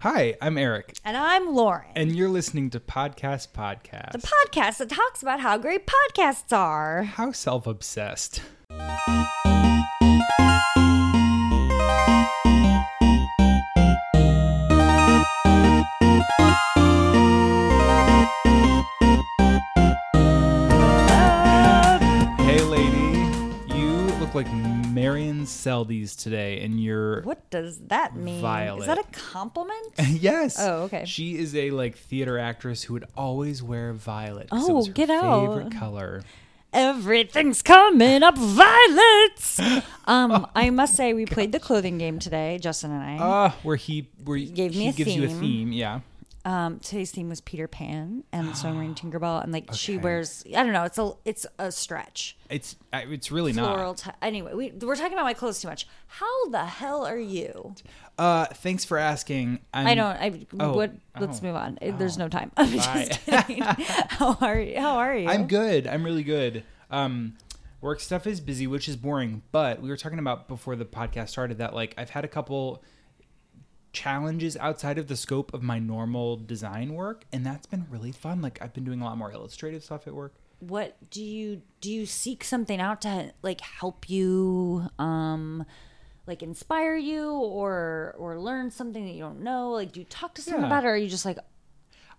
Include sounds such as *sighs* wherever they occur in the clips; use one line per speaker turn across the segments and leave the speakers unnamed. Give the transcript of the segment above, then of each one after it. Hi, I'm Eric,
And I'm Lauren.
and you're listening to Podcast Podcast.
the podcast that talks about how great podcasts are.
How self obsessed. Hey, lady. You look like Marion Seldes today, and you're.
What does that mean?
Violet.
Is that a compliment?
*laughs* yes.
Oh, okay.
She is a like theater actress who would always wear violet. 'cause it
Oh,
was her
get out.
favorite color.
Everything's coming up violets.
*laughs*
Um, I must say we played the clothing game today, Justin and I.
Ah, where he where
Gave me
he
a
gives you a
theme.
theme, yeah.
Um, today's theme was Peter Pan and so
*gasps*
I'm wearing Tinkerbell and like she
Okay.
wears I don't know, it's a it's a stretch.
It's uh, it's really
Floral t- anyway, we we're talking about my clothes too much. How the hell are you?
not. Uh, thanks for asking. I'm,
I don't. I
Oh,
what? Let's
oh,
move on. Uh, There's no time. *laughs* I'm just kidding. *laughs* how are you? How are you?
I'm good. I'm really good. Um, work stuff is busy, which is boring. But we were talking about before the podcast started that like I've had a couple challenges outside of the scope of my normal design work, and that's been really fun. Like I've been doing a lot more illustrative stuff at work.
What do you do? You seek something out to like help you, um, like inspire you, or or learn something that you don't know. Like, do you talk to someone
Yeah.
about it, or are you just like,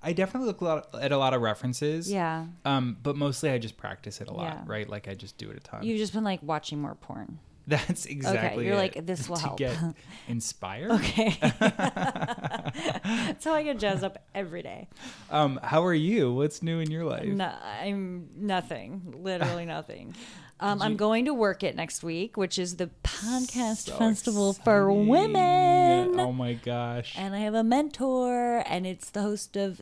I definitely look a lot at a lot of references.
yeah?
Um, but mostly I just practice it a lot,
Yeah.
right? Like I just do it a ton. *laughs*
You've just been like watching more porn. *laughs*
That's exactly.
you're
it. *laughs*
like, "This will
to
help." *laughs*
get inspired.
Okay, that's how I get jazzed up every day.
*laughs* Um, how are you? What's new in your life?
No, I'm nothing.
*laughs*
Literally nothing. Um, I'm going to work it next week, which is the podcast
So
festival for
exciting.
women.
Oh my gosh.
And I have a mentor, and it's the host of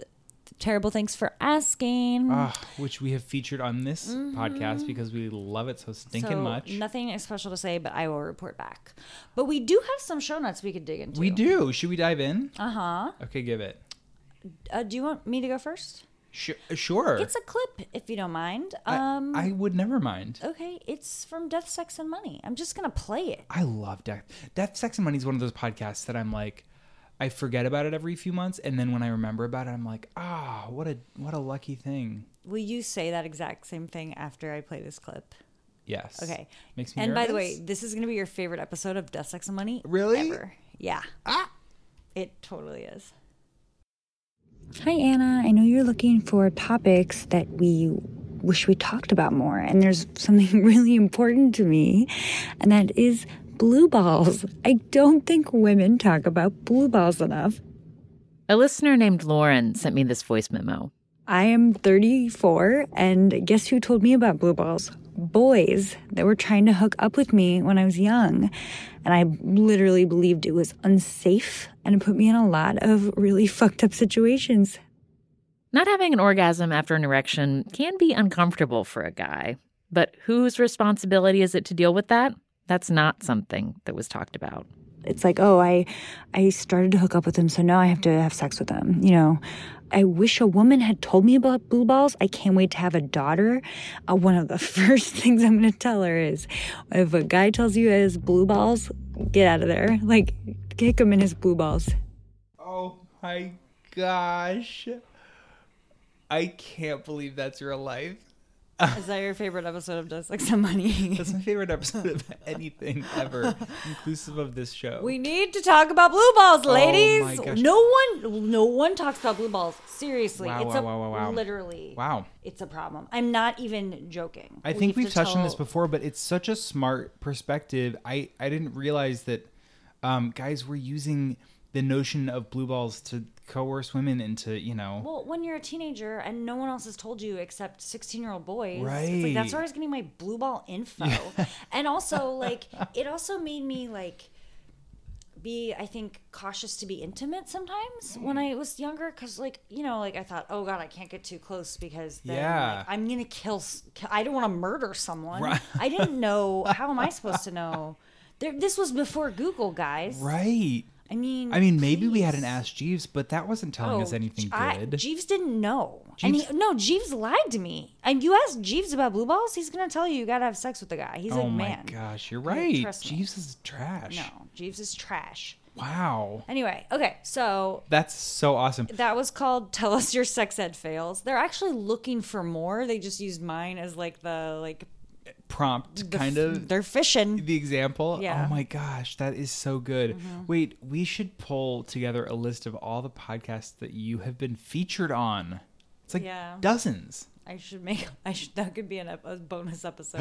Terrible Thanks for Asking.
Ah, which we have featured on this podcast because we love it so stinking
Mm-hmm. so
much.
nothing is special to say, but I will report back. But we do have some show notes we could dig into.
we do. Should we dive in?
Uh-huh.
Okay, give it.
Uh Do you want me to go first?
Sh- sure.
It's a clip, if you don't mind.
I-
Um, Oh.
I would never mind.
okay, it's from Death, Sex, and Money. I'm just gonna play it.
I love Death. Death, Sex, and Money is one of those podcasts that I'm like, I forget about it every few months, and then when I remember about it, I'm like, ah, what a what a lucky thing.
Will you say that exact same thing after I play this clip?
Yes.
Okay.
Makes me.
And by the way,
nervous.
this is going to be your favorite episode of Death, Sex, and Money.
Really?
Ever. Yeah.
Ah!
It totally is.
Hi, Anna. I know you're looking for topics that we wish we talked about more, and there's something *laughs* really important to me, and that is blue balls. I don't think women talk about blue balls enough.
A listener named Lauren sent me this voice memo.
I am 34, and guess who told me about blue balls? Boys that were trying to hook up with me when I was young. And I literally believed it was unsafe, and it put me in a lot of really *laughs* fucked up situations.
Not having an orgasm after an erection can be uncomfortable for a guy, but whose responsibility is it to deal with that? That's not something that was talked about.
it's like oh i i started to hook up with him so now i have to have sex with him you know i wish a woman had told me about blue balls i can't wait to have a daughter uh, one of the *laughs* first things i'm going to tell her is if a guy tells you it has blue balls get out of there like kick him in his blue balls
Oh my gosh. I can't believe that's real life.
Is that your favorite episode of Death, Sex, and Money? *laughs*
That's my favorite episode of anything ever, inclusive of this show.
we need to talk about blue balls,
Oh my
ladies.
gosh.
no one, no one talks about blue balls. Seriously,
Wow,
it's
wow,
a
wow, wow, wow.
literally,
wow.
it's a problem. I'm not even joking.
I
We
think
have
we've
to
touched on this
tell-
before, but it's such a smart perspective. I, I didn't realize that um, guys were using the notion of blue balls to coerce women into, you know.
Well, when you're a teenager and no one else has told you except 16 year old boys, it's like
Right.
that's where I was getting my blue ball info.
*laughs*
and also, like, it also made me like be, I think, cautious to be intimate sometimes
Mm.
when I was younger, because like, you know, like I thought, oh god, I can't get too close because then
Yeah.
like, I'm gonna kill. s- ki- I don't want to murder someone. I didn't know. How am I
*laughs*
supposed to know? There, this was before Google, guys.
Right.
I mean,
I mean, maybe we had
mm, please.
an Ask Jeeves, but that wasn't telling us
Oh,
anything
I-
good.
Jeeves didn't know. And he, no, Jeeves lied to me. And you ask Jeeves about blue balls, he's gonna tell you you gotta have sex with the guy. He's
oh
a
my
man.
gosh, you're
Okay,
right.
trust me.
Jeeves is trash.
No, Jeeves is trash.
Wow.
Anyway, okay, so
That's so awesome.
that was called "Tell Us Your Sex Ed Fails." They're actually looking for more. They just used mine as like the like
Prompt
the
kind
f-
of
They're fishing.
the example.
Yeah. Mm-hmm.
Oh my gosh, that is so good. Wait, we should pull together a list of all the podcasts that you have been featured on. It's like
Yeah.
dozens.
I should make. I should. That could be an ep- a
*gasps*
bonus episode.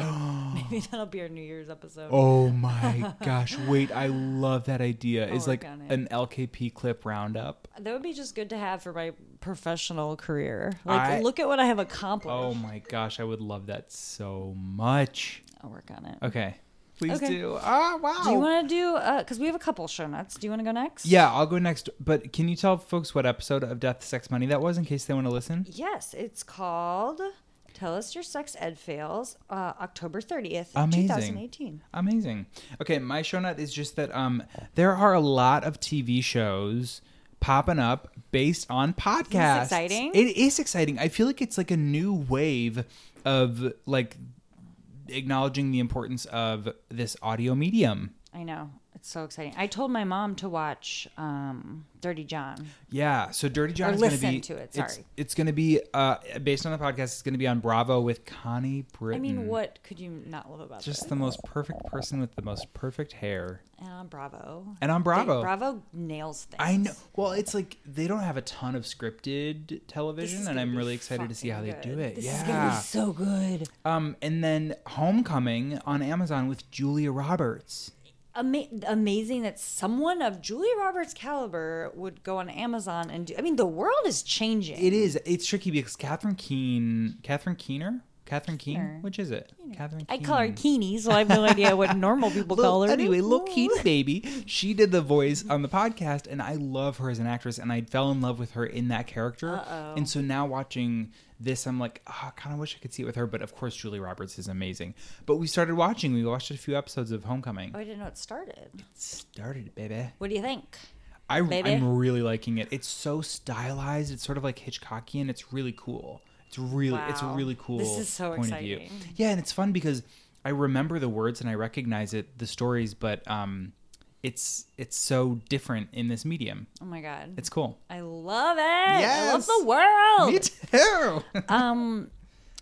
Maybe that'll be our New Year's episode.
Oh my gosh. Wait, I love that
*laughs*
idea. Is like
work on it.
an LKP clip roundup.
*laughs* That would be just good to have for my professional career. Like,
I-
look at what I have accomplished.
Oh my gosh, I would love that so much.
I'll work on it.
Okay. Please
Okay.
do. Ah, wow.
Do you want to do? Because we have a couple show notes. Do you want to go next?
yeah, I'll go next. But can you tell folks what episode of Death, Sex, Money that was in case they want to listen?
Yes, it's called "Tell Us Your Sex Ed Fails," uh, October thirtieth,
Amazing.
two thousand eighteen.
Amazing. Okay, my show note is just that um, there are a lot of TV shows popping up based on podcasts.
exciting?
It is exciting. I feel like it's like a new wave of like acknowledging the importance of this audio medium.
I know it's so exciting. I told my mom to watch um, Dirty John.
Yeah, so Dirty John is going
listen
be
to it,
it's-
sorry.
It's, going to be uh, based on the podcast. It's going to be on Bravo with Connie
I
Britton.
mean, what could you not love about
Just
that?
the most perfect person with the most perfect hair.
And on Bravo.
And on
They-
Bravo.
Bravo nails things.
I know. Well, it's like they don't have a ton of scripted
This is
television, and
gonna
I'm
be
really excited to see how
fucking
they do
good.
it.
This is gonna
yeah.
be so good.
um, and then Homecoming on Amazon with Julia Roberts.
Ama- amazing that someone of Julia Roberts' caliber would go on Amazon and do. I mean, the world is changing.
It is. It's tricky because Catherine Keen, Catherine Keener, Catherine Keen. Which is it? Catherine.
I call her
Keen.
Keeny, so I have
*laughs*
no idea what normal people call
Lil-
her.
Anyway, Lil Keeny Baby. She did the voice on the podcast, and I love her as an actress, and I fell in love with her in that character. And so now watching this, I'm like, oh, I kind of wish I could see it with her. But of course, Julie Roberts is amazing. But we started watching. We watched a few episodes of Homecoming.
Oh, I didn't know it started.
Started, baby.
What do you think?
I,
Baby.
I'm really liking it. It's so stylized. It's sort of like Hitchcockian. It's really cool. It's really, it's a
Wow.
really cool.
This is so
point Of view.
exciting.
Yeah, and it's fun because I remember the words and I recognize it, the stories, but um, it's it's so different in this medium.
Oh my god,
It's cool.
I love it.
Yes.
I love the world.
Me too.
Oh.
*laughs*
Um,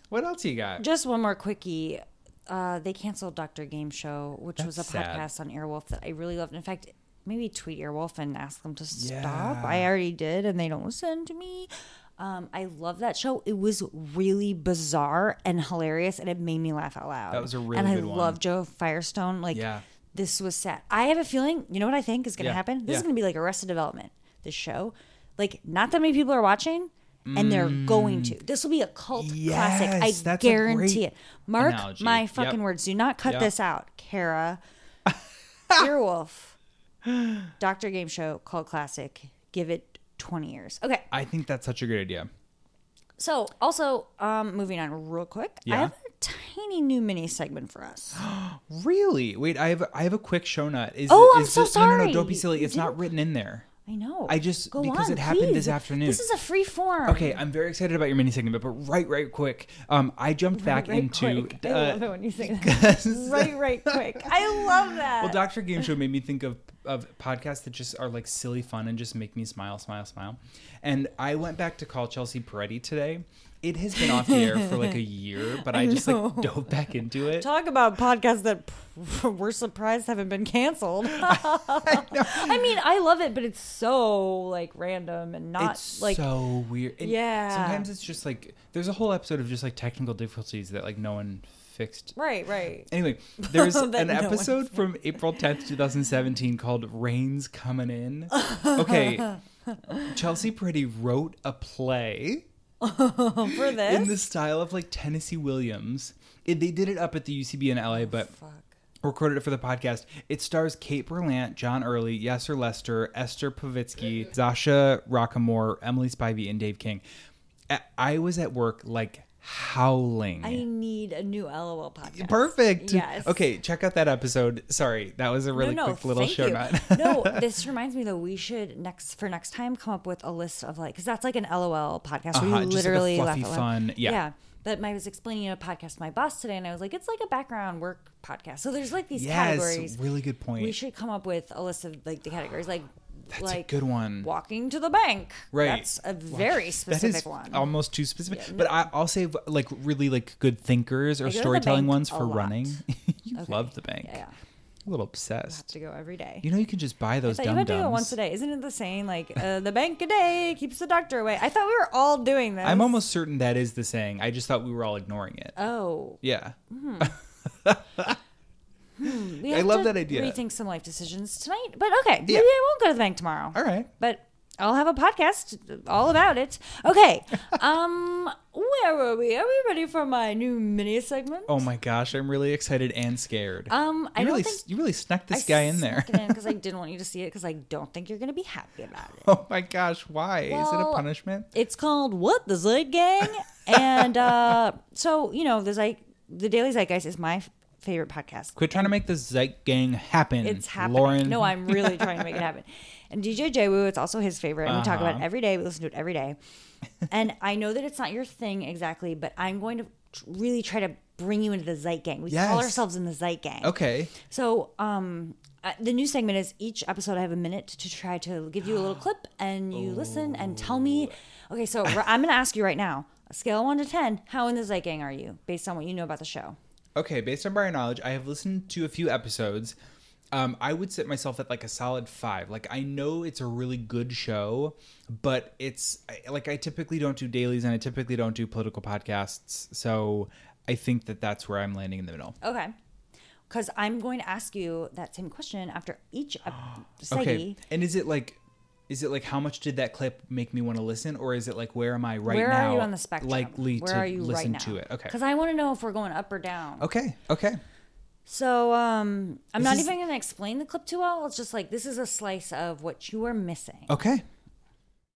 what else you got?
just one more quickie. Uh, they canceled Doctor Game Show, which was a
That's sad.
podcast on Earwolf that I really loved. In fact, maybe tweet Earwolf and ask them to
Yeah.
stop. I already did, and they don't listen to me. Um, I love that show. It was really bizarre and hilarious, and it made me laugh out loud.
That was a really
and
good
I
one.
love Joe Firestone. Like,
Yeah.
this was sad. I have a feeling. You know what I think is going to
Yeah.
happen? This
Yeah.
is going to be like Arrested Development. This show, like, not that many people are watching, and they're
Mm.
going to. This will be a cult classic. I
Yes, that's a
guarantee
great
it. Mark
analogy.
my
Yep.
fucking words. Do not cut
Yep.
this out,
*laughs*
Kara. Earwolf, Doctor Game Show, cult classic. Give it twenty years. Okay.
I think that's such a good idea.
So also, um, moving on real quick. I
Yeah.
have a tiny new mini segment
*gasps*
for us.
Really? Wait, I have I have a quick show nut. Is,
Oh, I'm
is
so
this- No, no, no, don't be
sorry.
silly. It's not written in there.
I know.
I just- because it happened this afternoon.
This is a free form.
Okay, I'm very excited about your mini segment, but, but right, right, quick. Um, I jumped back
right
into.
quick. I love it when you say that.
*laughs* because-
right, right, quick. *laughs* I love that.
well, Doctor Game
*laughs*
Show made me think of of podcasts that just are like silly fun and just make me smile, smile, smile. And I went back to call Chelsea Peretti today. It has been off the air for
*laughs*
like a year, but I, just like dove back into it.
Talk about podcasts that *laughs* p- we're surprised haven't
*laughs*
been canceled. I mean, I love it, but it's so like random and not
it's
like
so weird. And
Yeah.
Sometimes it's just like there's a whole episode of just like technical difficulties that like no one fixed
right, right.
Anyway, there's
*laughs* That
an
no one
episode from April 10th, 2017 called Rain's Coming
*laughs*
In. Okay. Chelsea Pretty wrote a play
*laughs* For this,
in the style of like Tennessee Williams. It, they did it up at the UCB in
Oh,
LA, but recorded it for the podcast. It stars Kate Berlant, John Early, Yasser Lester, Esther Pavitsky, Zasha Rockamore, Emily Spivey, and Dave King. A- I was at work like howling.
I need a new LOL podcast.
Perfect.
Yes.
Okay, check out that episode. Sorry, that was a really
no, no,
quick little
thank
show
you.
note. *laughs*
no, this reminds me though. We should next for next time come up with a list of like because that's like an LOL podcast
Uh-huh,
where
just like
you
a
literally
fluffy
laugh out
fun-
loud.
yeah.
yeah. But I was explaining a podcast to my boss today, and I was like, it's like a background work podcast. So there's like these
yes,
categories.
really good point.
We should come up with a list of like the categories, like
That's
like
a good one.
walking to the bank.
Right.
That's a very specific
that is
one.
almost too specific. But I, I'll save like really like good thinkers or
go to the
storytelling
bank
ones
a
for
lot.
running. *laughs* you love the bank.
yeah, yeah.
A little
I have
obsessed.
to go every day.
You know you can just buy those
I thought you
dum
had to do it once
dums.
a day. Isn't it the saying like uh, the bank a day keeps the doctor away? I thought we were all doing this.
I'm almost certain that is the saying. I just thought we were all ignoring it.
Oh,
yeah.
hmm. we
I
have
love
to
that idea.
Rethink some life decisions tonight, but okay, maybe
Yeah.
I won't go to the bank tomorrow.
All right.
but I'll have a podcast all about it.
*laughs*
Okay, um, where were we? Are we ready for my new mini segment?
Oh my gosh, I'm really excited and scared.
um, I
you
don't
really
think
s- you really snuck this guy in there.
because I didn't want you to see it because I don't think you're gonna be happy about it.
*laughs* oh my gosh, why? is it a
Well,
punishment?
It's called What the
*laughs*
Zig Gang. and uh, so, you know, the Zeit, the Daily Zeitgeist is my f- favorite podcast.
Quit trying to make this Zeit gang happen.
It's happening.
Lauren.
No,
*laughs*
I'm really trying to make it happen. And DJ Wu, it's also his favorite. And We talk
Uh-huh.
about it every day. We listen to it every day. And I know that it's not your thing exactly, but I'm going to tr- really try to bring you into the Zeit Gang. We call
Yes.
ourselves in the Zeit Gang.
Okay.
So, um, uh, the new segment is each episode I have a minute to try to give you a
*gasps*
little clip and you listen and tell me.
Oh.
Okay, so r- I'm going to ask you right now, a scale of 1 to 10, how in the Zeit Gang are you based on what you know about the show?
Okay, based on prior knowledge, I have listened to a few episodes. Um, I would sit myself at like a solid five. Like I know it's a really good show, but it's I- like I typically don't do dailies and I typically don't do political podcasts, so I think that that's where I'm landing in the middle.
Okay. Because I'm going to ask you that same question after each ep- Seggy.
*gasps* Okay, and is it like, is it like how much did that clip make me want to listen, or is it like where am I right
Where
now?
are you on the spectrum?
Likely
Where
to
are you
listen
right now?
to it. Okay.
Because I want to know if we're going up or down.
Okay. Okay.
So um, I'm not
is-
even going to explain the clip too well. It's just like this is a slice of what you are missing.
Okay.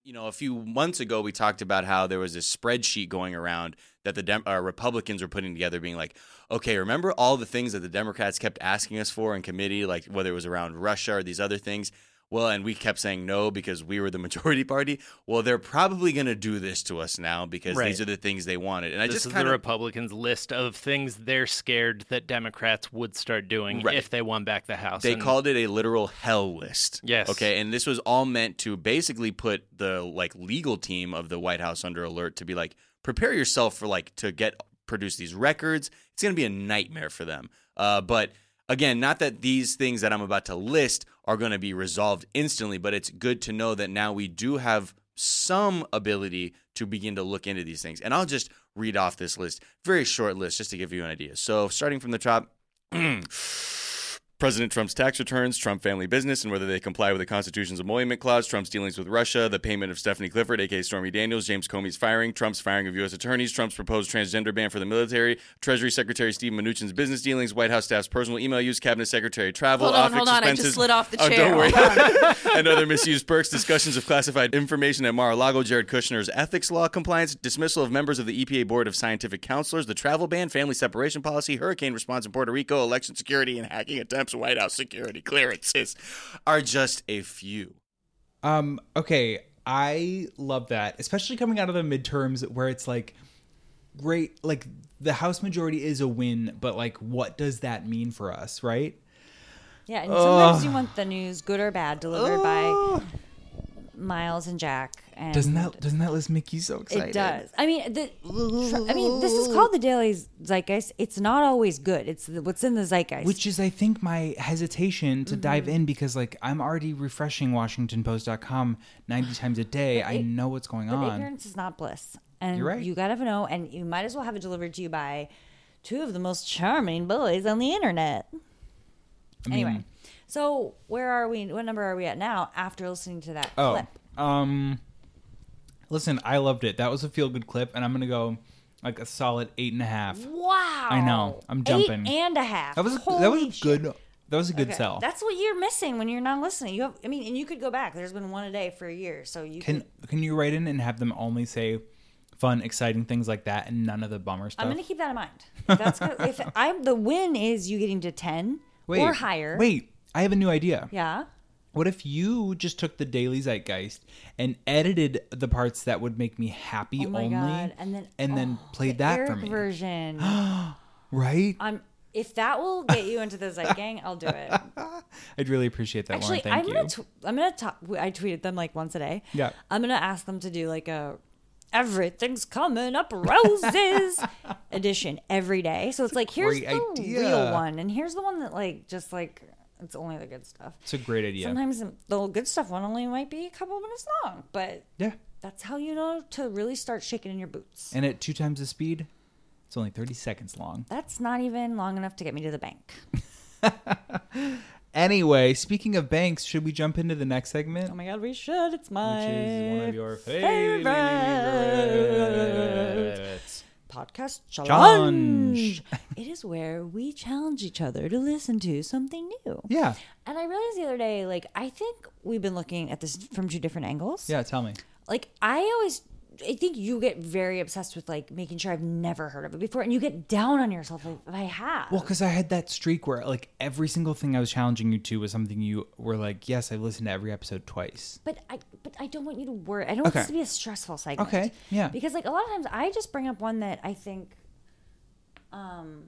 You know, a few months ago, we talked about how there was this spreadsheet going around that the Dem- uh, Republicans were putting together, being like, okay, remember all the things that the Democrats kept asking us for in committee, like whether it was around Russia or these other things? Well, and we kept saying no because we were the *laughs* majority party. Well, they're probably going to do this to us now because
Right.
these are the things they wanted. And I
this
just
is
kind
the
of
Republicans' list of things they're scared that Democrats would start doing
Right.
if they won back the House.
They
and-
called it a literal hell list.
Yes.
Okay. And this was all meant to basically put the like legal team of the White House under alert to be like, prepare yourself for like to get produce these records. It's gonna be a nightmare for them. Uh, but again, not that these things that I'm about to list are gonna be resolved instantly, but it's good to know that now we do have some ability to begin to look into these things. And I'll just read off this list, very short list, just to give you an idea. So starting from the top. *clears throat* President Trump's tax returns, Trump family business, and whether they comply with the Constitution's emoluments clause, Trump's dealings with Russia, the payment of Stephanie Clifford, aka Stormy Daniels, James Comey's firing, Trump's firing of U.S. attorneys, Trump's proposed transgender ban for the military, Treasury Secretary Steve Mnuchin's business dealings, White House staff's personal email use, Cabinet Secretary travel,
Hold on,
office
hold on, I just
expenses.
slid off the
Oh,
chair.
don't *laughs* worry. and other misused perks, discussions of classified information at Mar-a-Lago, Jared Kushner's ethics law compliance, dismissal of members of the EPA Board of Scientific Counselors, the travel ban, family separation policy, hurricane response in Puerto Rico, election security, and hacking attempts, White House security clearances are just a few.
Um, okay, I love that, especially coming out of the midterms where it's like great like the house majority is a win, but like what does that mean for us, right?
Yeah, and sometimes you want the news, good or bad, delivered by Miles and Jack. And
Doesn't that doesn't that list Mickey so excited?
It does. I mean, the, I mean, this is called the Daily Zeitgeist. It's not always good. It's the, what's in the zeitgeist.
Which is I think my hesitation to dive
Mm-hmm.
in because like I'm already refreshing WashingtonPost.com 90 times a day. I know what's going
But
on.
ignorance is not bliss. And
You're right.
you gotta know, and you might as well have it delivered to you by two of the most charming boys on the internet. anyway, so where are we? What number are we at now after listening to that
Oh.
clip?
Um listen, I loved it. That was a feel good clip, and I'm gonna go like a solid eight and a half.
Wow.
I know. I'm jumping.
Eight and a half.
That was
Holy
that was a
shit.
good that was a good
Okay.
sell.
That's what you're missing when you're not listening. You have, I mean, and you could go back. There's been one a day for a year, so you
Can can you write in and have them only say fun, exciting things like that, and none of the bummer stuff.
I'm gonna keep that
*laughs*
in mind. That's good. if I'm the win is you getting to ten
wait,
or higher.
Wait, I have a new idea.
Yeah.
What if you just took the Daily Zeitgeist and edited the parts that would make me happy
Oh my
only,
god. Oh, And then
and then played that
Eric
for me, *gasps*
version.
right?
I'm if that will get you into the Zeit gang, I'll
*laughs*
do it.
I'd really appreciate that,
Actually,
Lauren. Thank
I'm
you.
gonna tw- I'm gonna talk. I tweeted them like once a day.
Yeah.
I'm gonna ask them to do like a everything's coming
*laughs*
up roses edition every day. So it's like here's
great
the
idea.
real one, and here's the one that like just like it's only the good stuff.
it's a great idea.
Sometimes the good stuff one only might be a couple minutes long, but
yeah,
that's how you know to really start shaking in your boots.
and at two times the speed, it's only thirty seconds long.
That's not even long enough to get me to the bank.
Anyway, speaking of banks, should we jump into the next segment?
Oh my god, we should. It's my
which is one of your favorites.
favorites. podcast challenge. *laughs*
Challenge.
it is where we challenge each other to listen to something new.
Yeah.
And I realized the other day, like, I think we've been looking at this from two different angles.
Yeah, tell me.
Like, I always. I think you get very obsessed with like making sure I've never heard of it before, and you get down on yourself like if I have.
Well, because I had that streak where like every single thing I was challenging you to was something you were like, yes, I've listened to every episode twice.
But I but I don't want you to worry. I don't want
Okay.
this to be a stressful segment.
Okay, yeah.
Because like a lot of times I just bring up one that I think um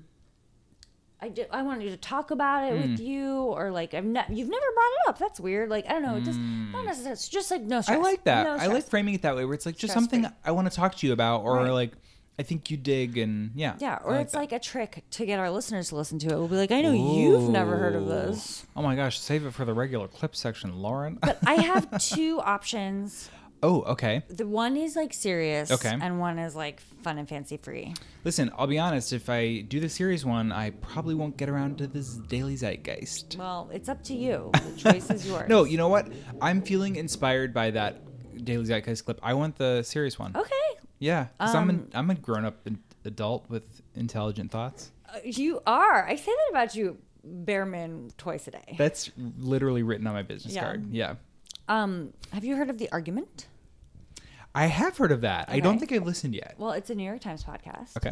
I do, I wanted to talk about it
Mm.
with you or like I've not you've never brought it up. That's weird. Like I don't know, it just not necessarily it's just like no stress.
Mm. Hmm. I like that.
No
I like
stress.
framing it that way, where it's like just something
Stress-free.
I want to talk to you about, or
Right.
like I think you dig, and yeah,
Yeah,
I
or it's
that.
like a trick to get our listeners to listen to it. We'll be like, I know you've never heard of this.
Oh my gosh, save it for the regular clip section, Lauren.
I have
*laughs*
two options.
oh, okay.
The one is like serious,
Okay.
and one is like fun and fancy free.
Listen, I'll be honest. If I do the series one, I probably won't get around to this daily zeitgeist.
Well, it's up to you. The choice
*laughs*
is yours.
No, you know what? I'm feeling inspired by that daily zeitgeist clip. I want the serious one.
Okay. Um,
Yeah, 'cause I'm an, I'm a grown up adult with intelligent thoughts.
Uh, You are. I say that about you, Bearman, twice a day.
That's literally written on my business
Yeah.
card. Yeah.
Um, have you heard of The Argument?
I have heard of that. I don't
Okay.
think I've listened yet.
Well, it's a New York Times podcast.
Okay.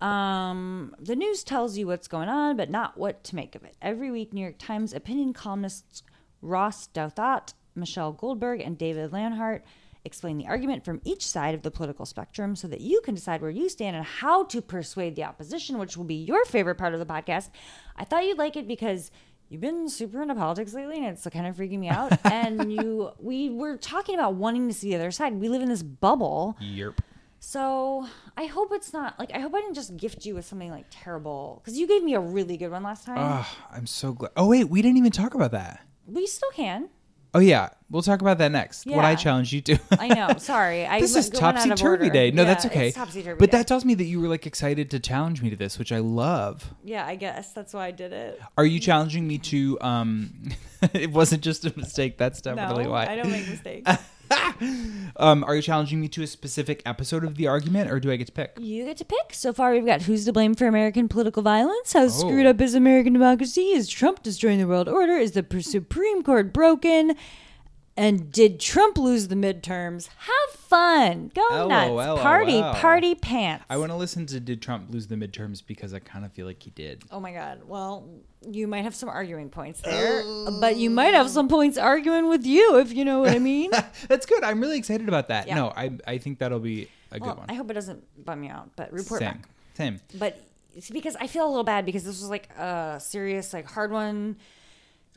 Um, the news tells you what's going on, but not what to make of it. Every week, New York Times opinion columnists Ross Douthat, Michelle Goldberg, and David Lanhart explain the argument from each side of the political spectrum so that you can decide where you stand and how to persuade the opposition, which will be your favorite part of the podcast. I thought you'd like it because you've been super into politics lately and it's kind of freaking me out. and you we were talking about wanting to see the other side. We live in this bubble.
Yerp.
So I hope it's not like I hope I didn't just gift you with something like terrible because you gave me a really good one last time.
Ah, I'm so glad. Oh wait, we didn't even talk about that.
we still can.
Oh yeah, we'll talk about that next. What I
Yeah.
challenge you to. *laughs*
I know. Sorry, I
this
went-
is
going out of
topsy turvy
order.
day. No,
Yeah,
that's okay.
It's topsy turvy.
But that tells me that you were like excited to challenge me to this, which I love.
yeah, I guess that's why I did it.
Are you challenging me to? um *laughs* It wasn't just a mistake. That's definitely
no,
why.
I don't make mistakes.
*laughs* Um, are you challenging me to a specific episode of the argument, or do I get to pick?
you get to pick. So far, we've got who's to blame for American political violence? How screwed
Oh.
up is American democracy? Is Trump destroying the world order? Is the pr- Supreme Court broken? And did Trump lose the midterms? Have fun. Go
LOL.
nuts. Party, party pants.
I want to listen to "Did Trump Lose the Midterms?" because I kind of feel like he did.
Oh my God. Well, you might have some arguing points there,
Oh.
but you might have some points arguing with you, if you know what I mean.
*laughs* That's good. I'm really excited about that.
Yeah.
No, I I think that'll be a good
well,
one.
I hope it doesn't bum you out, but report
Same,
back.
same.
But it's because I feel a little bad because this was like a serious, like hard one.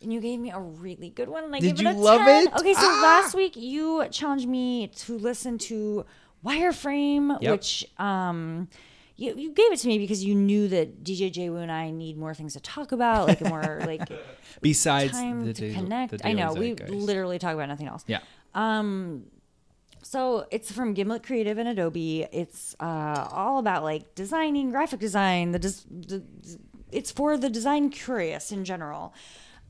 And you gave me a really good one, and I
Did
gave
you
it a
love
10.
it? Ah!
Okay, so last week you challenged me to listen to Wireframe,
Yep.
which um, you, you gave it to me because you knew that DJ J-Woo and I need more things to talk about, like
*laughs*
more like
Besides
time
the
to
daily-
connect.
the
I
daily
know we
zeitgeist.
literally talk about nothing else. Um,
Yeah.
So it's from Gimlet Creative and Adobe. It's uh, all about like designing, graphic design. The, des- the it's for the design curious in general.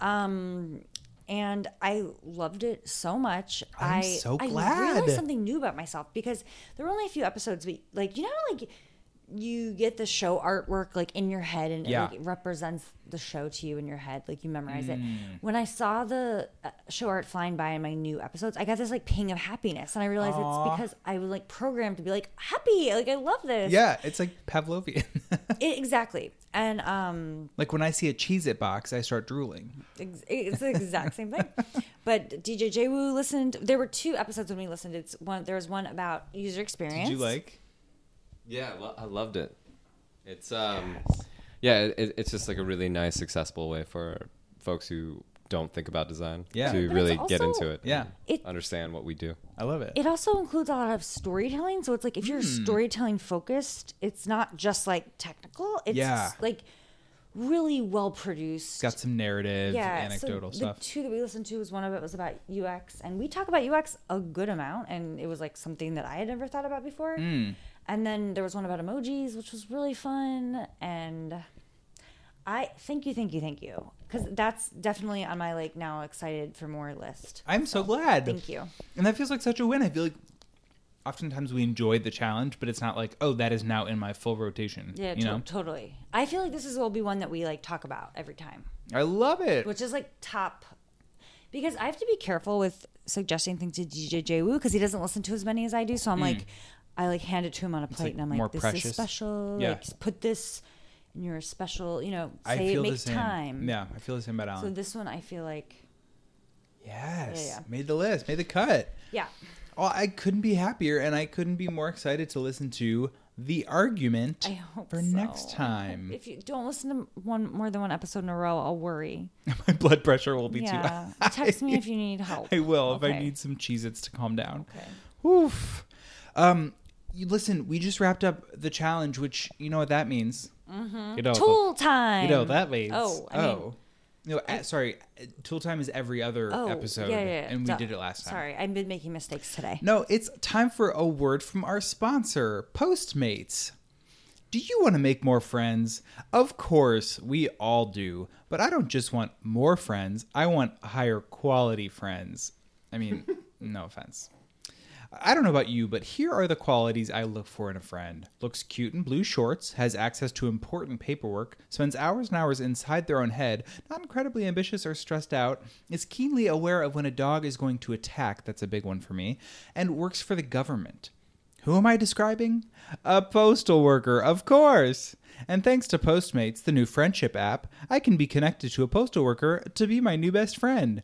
Um, and I loved it so much.
I'm
I-
so
I
glad.
realized something new about myself because there were only a few episodes. But like you know, like you get the show artwork like in your head and
Yeah.
it, like, represents the show to you in your head like you memorize
Mm.
it when i saw the uh, show art flying by in my new episodes i got this like ping of happiness and i realized it's because i was like programmed to be like happy like i love this
Yeah, it's like Pavlovian.
*laughs*
*laughs*
It- exactly and um
like when I see a Cheez It box, I start drooling.
Ex- It's the exact
*laughs*
same thing. But DJ J Wu listened. There were two episodes when we listened. It's one. There was one about user experience.
Did you like?
Yeah, well, I loved it. It's um, yeah, it, it's just like a really nice, accessible way for folks who don't think about design
Yeah.
to
But it's
really get
also-
into it.
Yeah.
and
It-
understand what we do.
I love it.
It also includes a lot of storytelling. So it's like if you're
Hmm.
storytelling focused, it's not just like technical. It's
Yeah.
like really well produced.
It's got some narrative, anecdotal
so
stuff.
The two that we listened to was one of it was about UX, and we talk about UX a good amount, and it was like something that I had never thought about before.
Hmm.
Hmm.
And then there was one about emojis, which was really fun, and I thank you, thank you, thank you, because that's definitely on my like now excited for more list.
I'm so glad.
Thank you.
And that feels like such a win. I feel like oftentimes we enjoy the challenge, but it's not like, oh, that is now in my full rotation.
Yeah,
Mm, you
to-
know,
totally. I feel like this is will be one that we like talk about every time.
I love it.
which is like top because I have to be careful with suggesting things to DJ J Woo because he doesn't listen to as many as I do. So I'm like, I like hand it to him on a plate
Mm. like
and I'm like,
more
this
precious.
is special.
Yeah.
Like, put this in your special, you know,
I
say it,
feel the
make
same.
time.
Yeah, I feel the same about Alan.
So this one, I feel like,
yes,
yeah.
made the list, made the cut.
yeah.
Oh, I couldn't be happier, and I couldn't be more excited to listen to the argument
I hope
for
so.
next
*laughs*
time.
If you don't listen to one more than one episode in a row, I'll worry.
My blood pressure will be
yeah.
*laughs* too.
Text me if you need help.
I will if I
Okay.
need some Cheez Its to calm down. Oof. Um, you, listen, we just wrapped up the challenge, which you know what that means. Mm-hmm. You know,
Tool time.
you know what that means.
Oh, I mean-
oh. no, a- sorry. uh, Tool time is every other
Oh,
episode,
yeah, yeah, yeah.
and we
Duh.
did it last time.
Sorry, I've been making mistakes today.
No, it's time for a word from our sponsor, Postmates. Do you want to make more friends? Of course, we all do. But I don't just want more friends, I want higher quality friends. I mean, no offense. I don't know about you, but here are the qualities I look for in a friend. Looks cute in blue shorts, has access to important paperwork, spends hours and hours inside their own head, not incredibly ambitious or stressed out, is keenly aware of when a dog is going to attack, that's a big one for me, and works for the government. Who am I describing? A postal worker, of course. And thanks to Postmates, the new friendship app, I can be connected to a postal worker to be my new best friend.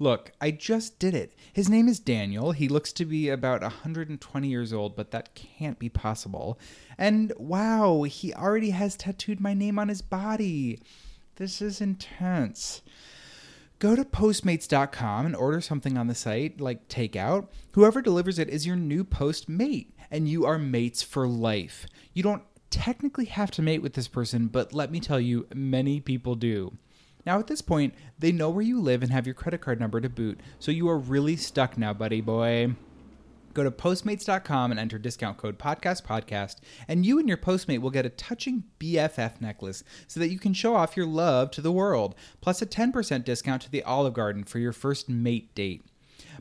Look, I just did it. His name is Daniel. He looks to be about 120 years old, but that can't be possible. And wow, he already has tattooed my name on his body. This is intense go to postmates.com and order something on the site like takeout whoever delivers it is your new postmate and you are mates for life you don't technically have to mate with this person but let me tell you many people do now at this point they know where you live and have your credit card number to boot so you are really stuck now buddy boy Go to postmates.com and enter discount code podcast podcast, and you and your postmate will get a touching BFF necklace so that you can show off your love to the world, plus a 10% discount to the Olive Garden for your first mate date.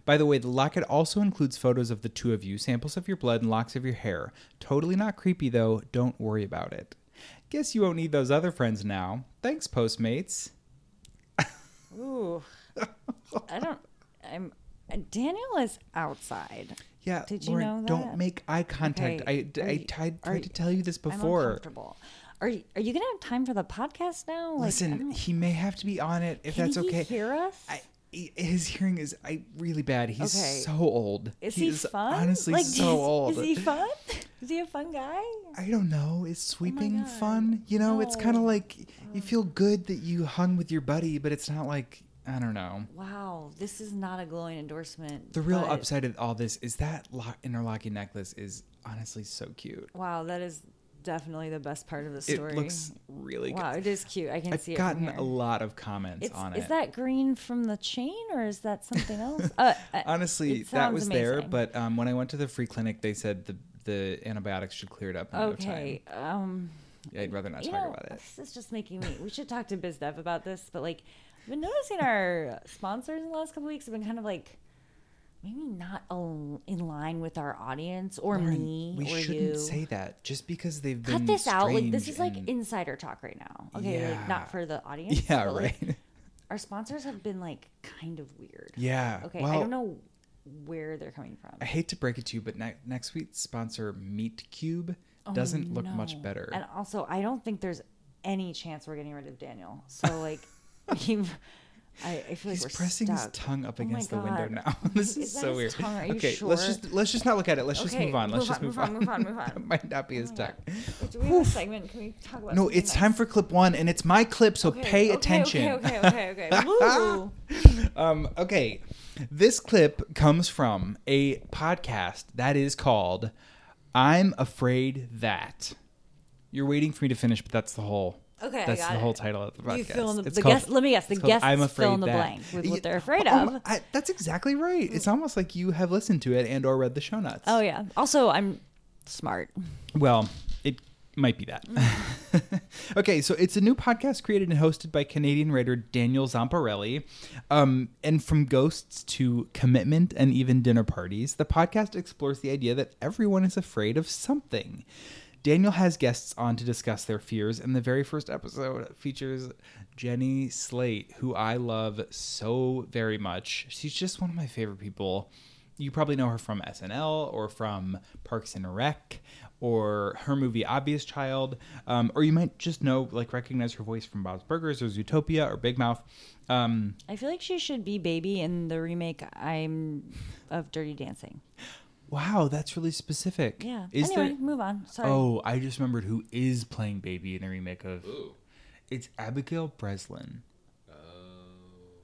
By the way, the locket also includes photos of the two of you, samples of your blood, and locks of your hair. Totally not creepy though, don't worry about it. Guess you won't need those other friends now. Thanks, Postmates.
Ooh, I don't. I'm. uh, Daniel is outside.
Yeah,
Did you
Lauren,
know
don't
that?
make eye contact.
Okay,
I,
are
I
you-
tried,
are
tried to
you-
tell you this
I'm
before.
uncomfortable. Are you, Are you gonna have time for the podcast now? Like, I
Listen,
don't-
he may have to be on it if
can
that's
he
okay.
Hear us?
I, he- his hearing is I really bad. He's
Okay.
so old.
is
he
he,
is
fun?
Honestly,
like,
so
*laughs* is,
old.
Is he fun? *laughs* Oh Is he a fun guy?
I don't know. Is sweeping fun? You know, it's kind of like
Oh.
you feel good that you hung with your buddy, but it's not like I don't know.
Wow, this is not a glowing endorsement.
The real
but-
upside of all this is that lo- interlocking necklace is honestly so cute.
Wow, that is definitely the best part of the story.
It looks really
wow,
good.
it is cute. I can
I've
see it.
gotten
from
a
here.
lot of comments
It's,
on it.
is that green from the chain or is that something else?
*laughs*
Uh, uh,
Honestly,
it
that
sounds
was there,
amazing.
but um, when I went to the free clinic, they said the the antibiotics should clear it up in
okay. Um,
no time. I'd rather not
you
talk
know,
about it.
this is just making me. We should talk to biz dev about this, but like, I've been noticing our sponsors in the last couple weeks have been kind of like maybe not al- in line with our audience or
Lauren,
me
we
or
shouldn't
you.
say that just because they've been
Cut this out. Like this
strange
is like
and-
insider talk right now. Okay, like
Yeah.
not for the audience.
*laughs* yeah,
but, like,
right.
our sponsors have been like kind of weird.
yeah.
Okay, I
well,
don't know where they're coming from.
I hate to break it to you, but ne- next week's sponsor, Meat Cube, doesn't look much
Oh, No.
better.
And also, I don't think there's any chance we're getting rid of Daniel. So like, *laughs* he, I, I feel like
He's
we're
pressing his
stuck.
tongue up
Oh my
against the window
God.
now. *laughs* this is,
Is that
so
his
weird.
tongue? Are you
okay, let's
sure?
just let's just not look at it. Let's just
Okay,
move on. Let's
move
just
on,
move on. *laughs*
move on, Oh move on, move
That
on.
might not be his tongue. *laughs*
Do we have a segment? Can we talk about?
No,
something
it's time
else?
for clip one, and it's my clip, so
Okay,
pay
okay,
attention.
Okay, okay, okay.
*laughs*
okay. Woo.
Um, okay, this clip comes from a podcast that is called "I'm Afraid That." You're waiting for me to finish, but that's the whole.
Okay, I
that's
got
the whole
it.
title of the podcast.
You fill in the-
It's
the guest- let me guess, the
it's called
guests
I'm afraid
fill in the
that.
blank with what they're afraid
Oh,
of.
I- that's exactly right.
Mm.
It's almost like you have listened to it and or read the show notes.
Oh yeah. Also, I'm
*laughs*
smart.
Well, it might be that. *laughs* okay, so it's a new podcast created and hosted by Canadian writer Daniel Zamparelli. Um, and from ghosts to commitment and even dinner parties, the podcast explores the idea that everyone is afraid of something. Daniel has guests on to discuss their fears, and the very first episode features Jenny Slate, who I love so very much. She's just one of my favorite people you probably know her from SNL or from Parks and Rec or her movie Obvious Child, um, or you might just know like recognize her voice from Bob's Burgers or Zootopia or Big Mouth. Um,
I feel like she should be baby in the remake. I'm of Dirty Dancing.
wow, that's really specific.
Yeah.
Is
anyway,
there?
move on. Sorry.
Oh, I just remembered who is playing Baby in a remake of. It's Abigail Breslin.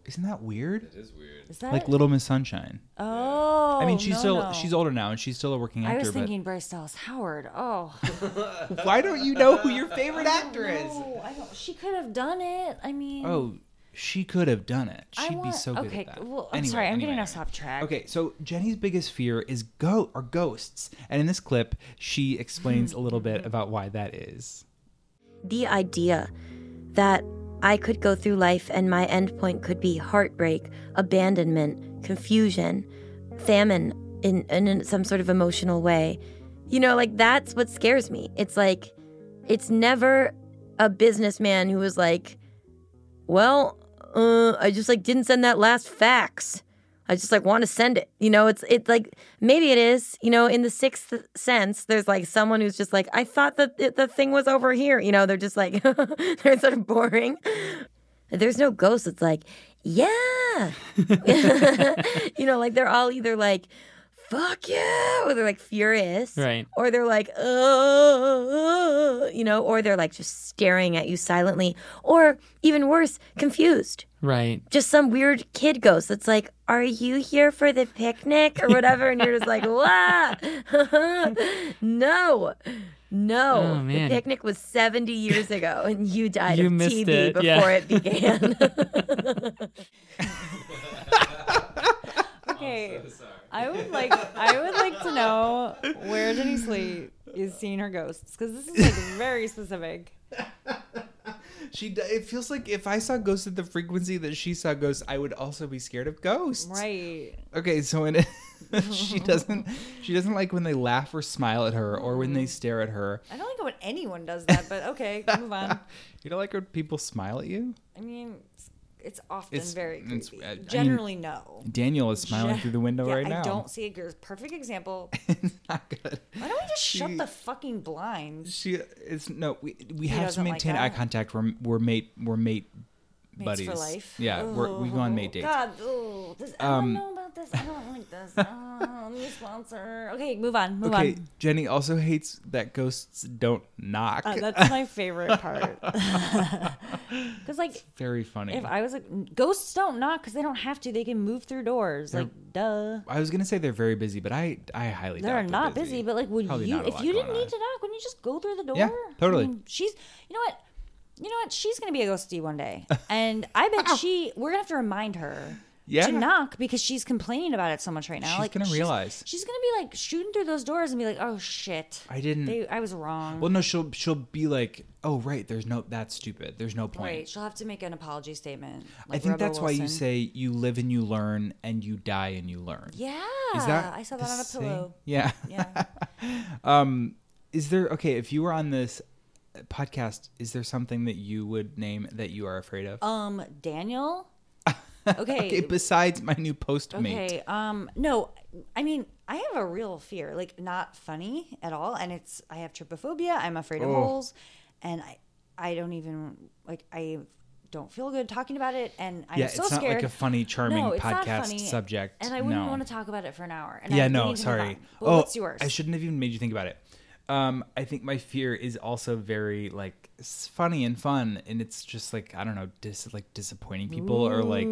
Isn't that weird?
It Oh. is weird.
Is that
Like Little Miss Sunshine.
Oh,
I mean, she's
no,
still
no.
she's older now and she's still a working actor.
I was
but
thinking Bryce Dallas Howard. Oh,
*laughs* why don't you know who your favorite actor is?
no, I don't. She could have done it. I mean,
Oh, she could have done it.
I
She'd
want-
be so good
okay,
at that.
well, I'm sorry, I'm getting us off track.
Okay, so Jenny's biggest fear is go are ghosts, and in this clip, she explains a little
*laughs*
bit about why that is.
the idea that I could go through life and my endpoint could be heartbreak, abandonment, confusion, famine in, in, in some sort of emotional way. You know, like that's what scares me. It's like, it's never a businessman who is like, well, uh, I just like didn't send that last fax. I just like want to send it. You know, it's it's like maybe it is. You know, in the sixth sense, there's like someone who's just like I thought that th- the thing was over here. You know, they're just like *laughs* they're sort of boring. There's no ghost. It's like yeah, *laughs* you know, like they're all either like fuck you, or they're like furious,
Right.
or they're like, oh, you know, or they're like just staring at you silently, or even worse, confused.
Right.
Just some weird kid ghost that's like, are you here for the picnic or whatever? And you're
*laughs*
just like, what? *laughs* no, no.
Oh, man.
The picnic was 70 years ago, and you died
You
of
missed
TB
it,
before
yeah.
*laughs*
it began.
*laughs* okay. I would like, I would like to know where Jenny Slate is seeing her ghosts because this is like very specific.
She, d- it feels like if I saw ghosts at the frequency that she saw ghosts, I would also be scared of ghosts.
Right.
Okay, so in *laughs*
*laughs*
she doesn't she doesn't like when they laugh or smile at her or
Mm-hmm.
when they stare at her.
I don't like when anyone does that, but okay, move on.
You don't like when people smile at you?
I mean, it's, it's often
It's-
very
it's-
creepy.
I- I mean-
Generally, no.
Daniel is smiling
Yeah.
through the window
Yeah,
right now.
I don't see a good, perfect example.
*laughs* it's not good.
Why don't we just
She-
shut the fucking blinds?
She it's no. We we have to
doesn't like
maintain eye
that?
contact. We're we're mate we're mate
Mates
buddies
for life.
Yeah, we're, we go on mate dates. Um,
God, oh, this, I don't know about this. I don't
*laughs*
like this. Oh, new sponsor. Okay, move on. Move
Okay,
on.
Jenny also hates that ghosts don't knock.
Uh,
*laughs*
that's my favorite part. Because like,
Very funny.
if
I,
I was like, ghosts don't knock because they don't have to. They can move through doors. Like, duh.
was gonna say they're very busy, but I I highly doubt
They're not busy, but like, would
Probably
you?
not a
If
lot
you
going
didn't need
on.
to knock, wouldn't you just go through the door?
Yeah, totally.
I mean, she's. You know what?
*laughs*
You know what? She's gonna be a ghostie one day, and I bet she. We're gonna have to remind her
Yeah.
to knock because she's complaining about it so much right now.
She's
like
gonna realize.
she's gonna be like shooting through those doors and be like, "Oh shit,
I didn't-
They, I was wrong."
Well, no, she'll she'll be like, "Oh, right, there's no that's stupid. There's no point."
right? She'll have to make an apology statement.
I
like
think
Rebel
that's why you
Wilson.
say you live and you learn and you die and you learn.
"Yeah."
Is that
I saw that
the
on a
same-
pillow.
Yeah. *laughs* Um,
Yeah.
Is there okay, if you were on this podcast, is there something that you would name that you are afraid of?
um,
*laughs*
Daniel.
okay, besides my new postmate.
Okay. Um. No, I mean, I have a real fear, like not funny at all, and it's I have trypophobia. I'm afraid
Oh.
of holes, and I, I don't even like I don't feel good talking about it, and I'm
Yeah,
so
it's not
scared.
like a funny, charming
No, it's not
podcast
funny,
subject.
and I wouldn't
No.
want to talk about it for an hour. And
yeah,
I, we
no,
need to move
sorry.
on. But
oh,
what's yours?
I shouldn't have even made you think about it. Um, I think my fear is also very like s- funny and fun, and it's just like I don't know, dis like disappointing people or like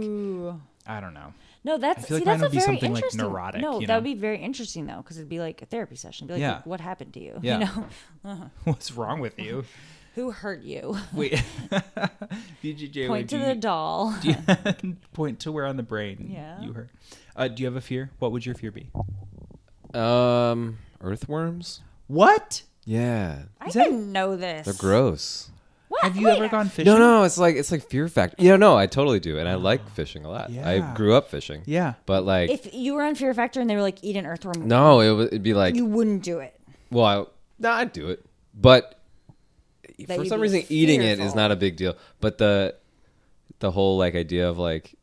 I don't know.
No, that's
I feel like
see,
mine
that's a
would be
very
something, like,
interesting.
neurotic,
no,
you
that
know?
would be very interesting though, because it'd be like a therapy session. Be like,
Yeah.
what happened to you? *laughs*
Yeah.
You know,
*laughs* *laughs* What's wrong with
*laughs*
you?
who hurt you? *laughs*
Wait, *laughs* BJJ.
Point to
would
the doll.
you- *laughs* do you- point to where on the brain
Yeah.
you hurt. Uh, do you have a fear? What would your fear be?
Um, earthworms.
What?
Yeah,
*laughs* I didn't know this.
they're gross.
What?
Have you
Wait,
ever gone fishing? Oh.
No, no, it's like it's like Fear Factor. Yeah, no, I totally do, and I like fishing a lot.
Yeah.
I grew up fishing.
Yeah.
but like,
If you were on Fear Factor and they were like, eat an earthworm,
no, it would it'd be like,
you wouldn't do it.
well, I, no, I'd do it, but
That
for
you'd
some
be
reason, eating it is
fearful.
not a big deal. But the the whole like idea of like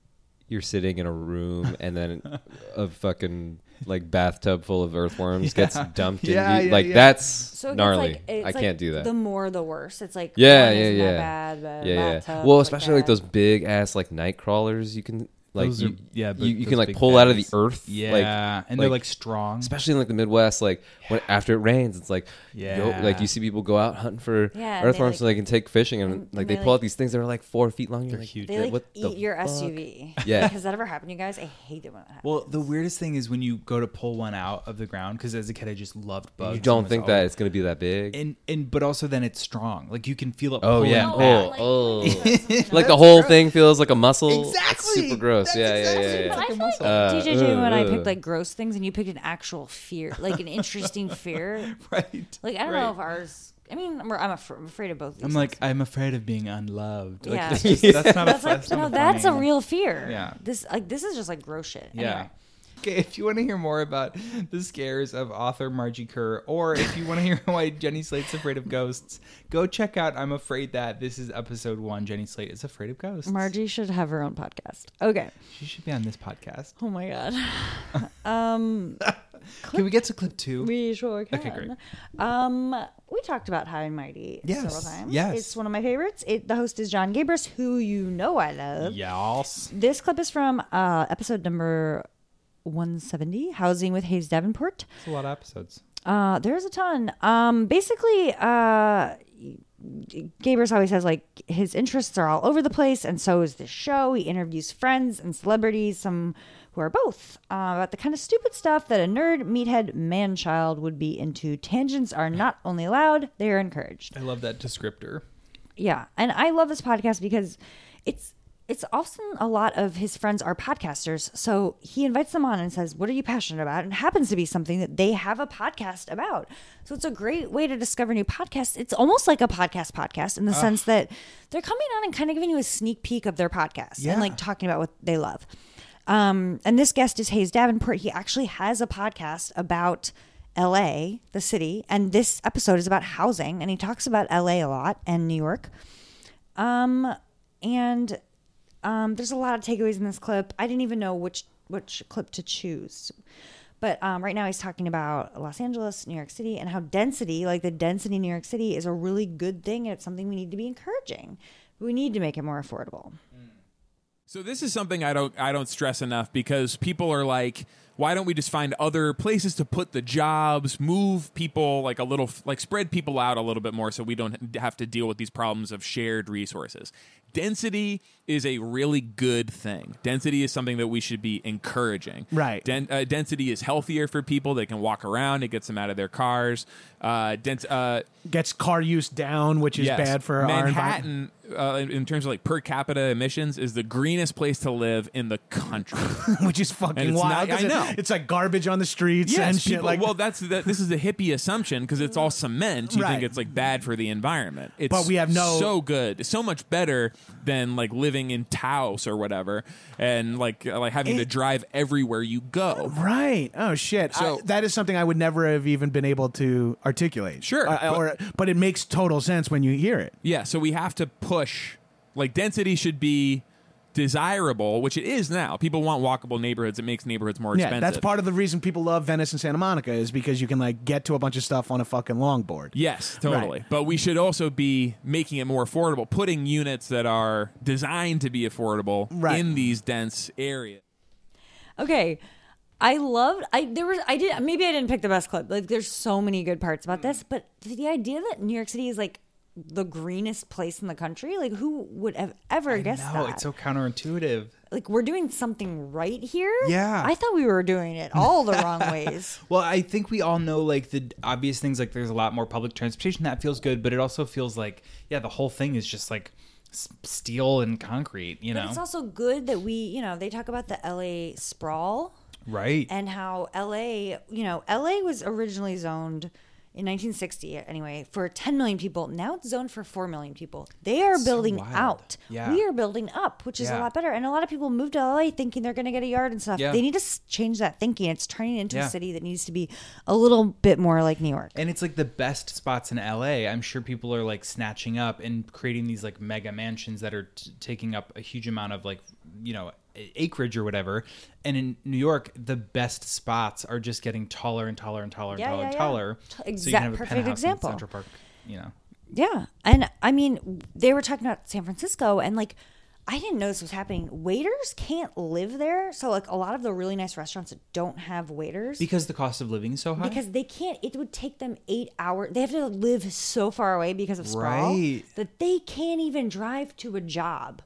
you're sitting in a room and then a fucking like bathtub full of
*laughs*
earthworms gets
*laughs*
dumped
Yeah,
in you,
yeah,
like
yeah.
that's
So it gets,
gnarly.
Like, it's
I
like
can't do that.
The more, the worse. It's like
yeah,
one
yeah,
is not
yeah.
bad, but
yeah, yeah.
bathtub's
Well, especially like
bad.
those big ass like night crawlers. You can like
Those are-
you,
yeah, but
you, you
those
can like
big
pull out of the
fatties.
earth.
Yeah,
like,
and they're like strong.
especially in like the Midwest. Like when after it rains, it's like
Yeah.
yo, like you see people go out hunting for
Yeah, and they,
earthworms so
like-
they can take fishing and, like they
they,
pull
like-
out these things that are like four feet long. You're
They're
like,
huge.
They
"Th-
like
what the
eat your
fuck?"
SUV.
Yeah.
*laughs* Has that ever happened to you guys? I hate it when that happens.
Well, the weirdest thing is when you go to pull one out of the ground because as a kid I just loved bugs.
You
and
don't
was
think
always-
that it's gonna be that big?
and and but also then it's strong. Like you can feel it.
oh
pulling
yeah.
back.
Oh
like-
oh.
*laughs*
*laughs*
Like the whole thing feels like a muscle. It's
Exactly.
super gross.
That's
yeah,
exactly
yeah, yeah, yeah.
But I feel like
Uh,
DJJ when I
ugh,
picked
ugh.
like gross things and you picked an actual fear, like
*laughs*
an interesting fear.
right.
Like I don't know if ours. I mean, we're, I'm, af- I'm afraid of both. These
I'm like I'm afraid of being unloved. Like,
Yeah.
that's, just, that's
*laughs*
not.
that's
a,
like
that's
no,
not
that's a
funny.
real fear.
Yeah.
This like this is just like gross shit.
Yeah.
Anyway.
Okay, if you want to hear more about the scares of author Margie Kerr, or if you want to hear *laughs* why Jenny Slate's afraid of ghosts, go check out I'm Afraid That. This is episode one. Jenny Slate is afraid of ghosts.
Margie should have her own podcast. Okay.
She should be on this podcast.
Oh my
*laughs*
god. *laughs* um,
Can we get to clip two?
we sure can.
Okay, great.
Um, we talked about High and Mighty several
Yes,
times.
yes.
It's one of my favorites. It, the host is John Gabris, who you know I love.
Yes.
This clip is from uh, episode number 170, Housing with Hayes Davenport.
It's a lot of episodes.
Uh, there's a ton. Um, basically, uh, Gabrus always says like his interests are all over the place, and so is this show. He interviews friends and celebrities, some who are both, uh, about the kind of stupid stuff that a nerd, meathead, man child would be into. Tangents are not only allowed, they are encouraged.
I love that descriptor.
Yeah, and I love this podcast because it's it's often a lot of his friends are podcasters, so he invites them on and says, "What are you passionate about?" and it happens to be something that they have a podcast about. So it's a great way to discover new podcasts. It's almost like a podcast podcast in the sense that they're coming on and kind of giving you a sneak peek of their podcast
Yeah.
and like talking about what they love. Um, and this guest is Hayes Davenport. He actually has a podcast about LA, the city, and this episode is about housing. And he talks about LA a lot and New York. Um, and um, there's a lot of takeaways in this clip. I didn't even know which which clip to choose, but um, right now he's talking about Los Angeles, New York City, and how density, like the density in New York City, is a really good thing, and it's something we need to be encouraging. We need to make it more affordable.
So this is something I don't I don't stress enough because people are like, why don't we just find other places to put the jobs, move people like a little, like spread people out a little bit more so we don't have to deal with these problems of shared resources? Density is a really good thing. Density is something that we should be encouraging.
Right.
Den- uh, density is healthier for people. They can walk around. It gets them out of their cars. Uh, dens- uh,
Gets car use down, which is
Yes.
bad for our environment.
Manhattan. Uh, in- in terms of like per capita emissions, is the greenest place to live in the country.
*laughs* Which is fucking
And it's not-
wild. 'cause
I
it-
know.
it's like garbage on the streets and shit.
people-
like,
well, that's that. This is a hippie assumption because it's all cement. You
Right.
think it's like bad for the environment. It's
But we have no-
so good, so much better than like living in Taos or whatever, and like uh, like having to drive everywhere you go.
Right. Oh shit.
So-
I, that is something I would never have even been able to articulate.
Sure,
Uh,
but-
or but it makes total sense when you hear it.
Yeah, so we have to push. Like density should be desirable, which it is now. People want walkable neighborhoods. It makes neighborhoods more expensive.
Yeah, that's part of the reason people love Venice and Santa Monica is because you can like get to a bunch of stuff on a fucking longboard.
Yes, totally.
Right.
But we should also be making it more affordable, putting units that are designed to be affordable
Right.
in these dense areas.
Okay. I loved I there was I did maybe I didn't pick the best clip. Like there's so many good parts about this, but the idea that New York City is like the greenest place in the country, like who would have ever guessed
No,
that?
it's so counterintuitive.
like we're doing something right here.
Yeah.
I thought we were doing it all the
*laughs*
wrong ways.
Well, I think we all know like the obvious things like there's a lot more public transportation that feels good, but it also feels like yeah, the whole thing is just like s- steel and concrete, you know.
It's also good that we, you know, they talk about the LA sprawl
right.
and how LA, you know, LA was originally zoned in 1960 anyway for 10 million people. Now it's zoned for 4 million people. They are building
wild.
out.
Yeah.
We are building up, which is a
Yeah.
lot better. And a lot of people move to LA thinking they're going to get a yard and stuff.
Yeah.
They need to s- change that thinking. It's turning into
Yeah.
a city that needs to be a little bit more like New York.
and it's like the best spots in LA. I'm sure people are like snatching up and creating these like mega mansions that are t- taking up a huge amount of like, you know, a- acreage or whatever. And in New York, the best spots are just getting taller and taller and taller and
Yeah,
taller
yeah,
and
yeah.
taller.
T-
so you can have
exact-
a
perfect
penthouse
example.
in Central Park, you know.
Yeah. And I mean, they were talking about San Francisco and like, I didn't know this was happening. Waiters can't live there. So, like, a lot of the really nice restaurants that don't have waiters.
Because the cost of living is so high.
because they can't it would take them eight hours they have to live so far away because of sprawl
Right.
that they can't even drive to a job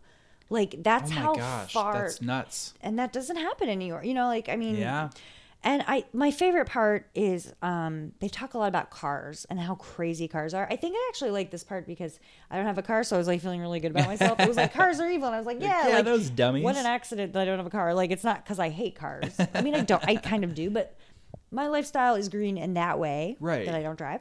like that's
oh my
how
gosh,
far
that's nuts.
and that doesn't happen in new york you know like i mean
Yeah.
and i my favorite part is um they talk a lot about cars and how crazy cars are i think i actually like this part because i don't have a car so i was like feeling really good about myself it was like cars are evil and i was like yeah
yeah,
like,
those dummies.
what an accident that i don't have a car like it's not because i hate cars i mean i don't i kind of do but my lifestyle is green in that way
*laughs* Right.
that i don't drive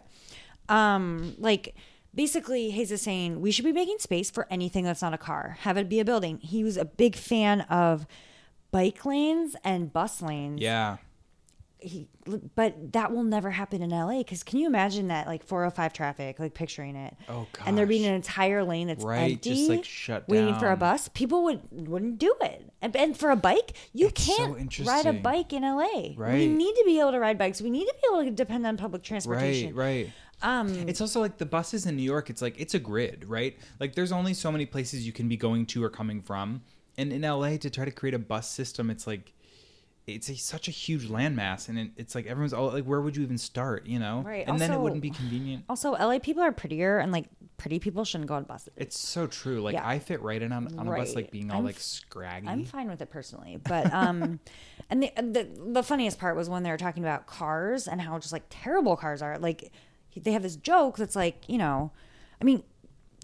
um like basically hayes is saying we should be making space for anything that's not a car have it be a building he was a big fan of bike lanes and bus lanes
Yeah.
he, but that will never happen in LA because can you imagine that like 405 traffic like picturing it
Oh,
and there being
gosh.
an entire lane that's
Right,
empty
just, like, shut
waiting for a
down.
bus people would wouldn't do it and, and for a bike you
It's so
can't ride a
interesting.
bike in LA we
Right.
need to be able to ride bikes we need to be able to depend on public
Right,
transportation
right.
um
It's also like the buses in New York, it's like it's a grid, right? Like there's only so many places you can be going to or coming from. And in LA to try to create a bus system, it's like it's a, such a huge landmass and it, it's like everyone's all like where would you even start, you know?
Right,
And then it
also-
wouldn't be convenient.
also LA people are prettier and like pretty people shouldn't go on buses
It's so true. Like
Yeah.
I fit right in on, on a bus
Right.
like being all
I'm
like
f-
scraggy.
I'm fine with it personally, but um, *laughs* and the, the the funniest part was when they were talking about cars and how just like terrible cars are. Like they have this joke that's like, you know, I mean,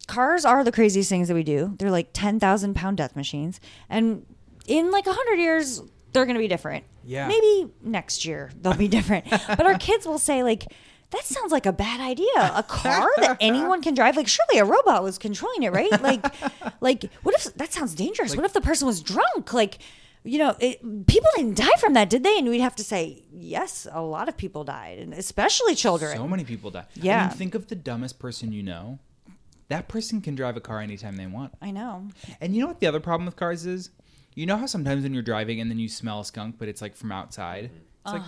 cars are the craziest things that we do. They're like ten thousand pound death machines, and in like a hundred years, they're gonna be different.
Yeah.
maybe next year they'll be *laughs* different, but our kids will say like. That sounds like a bad idea. A car
*laughs*
that anyone can drive. Like surely a robot was controlling it, right? Like, like what if that sounds dangerous? what if the person was drunk? Like, you know, it, people didn't die from that, did they? And we'd have to say yes. A lot of people died, and especially children.
so many people die. I mean,
Yeah.
think of the dumbest person you know. That person can drive a car anytime they want.
I know.
And you know what the other problem with cars is? You know how sometimes when you're driving and then you smell a skunk, but it's like from outside. It's like,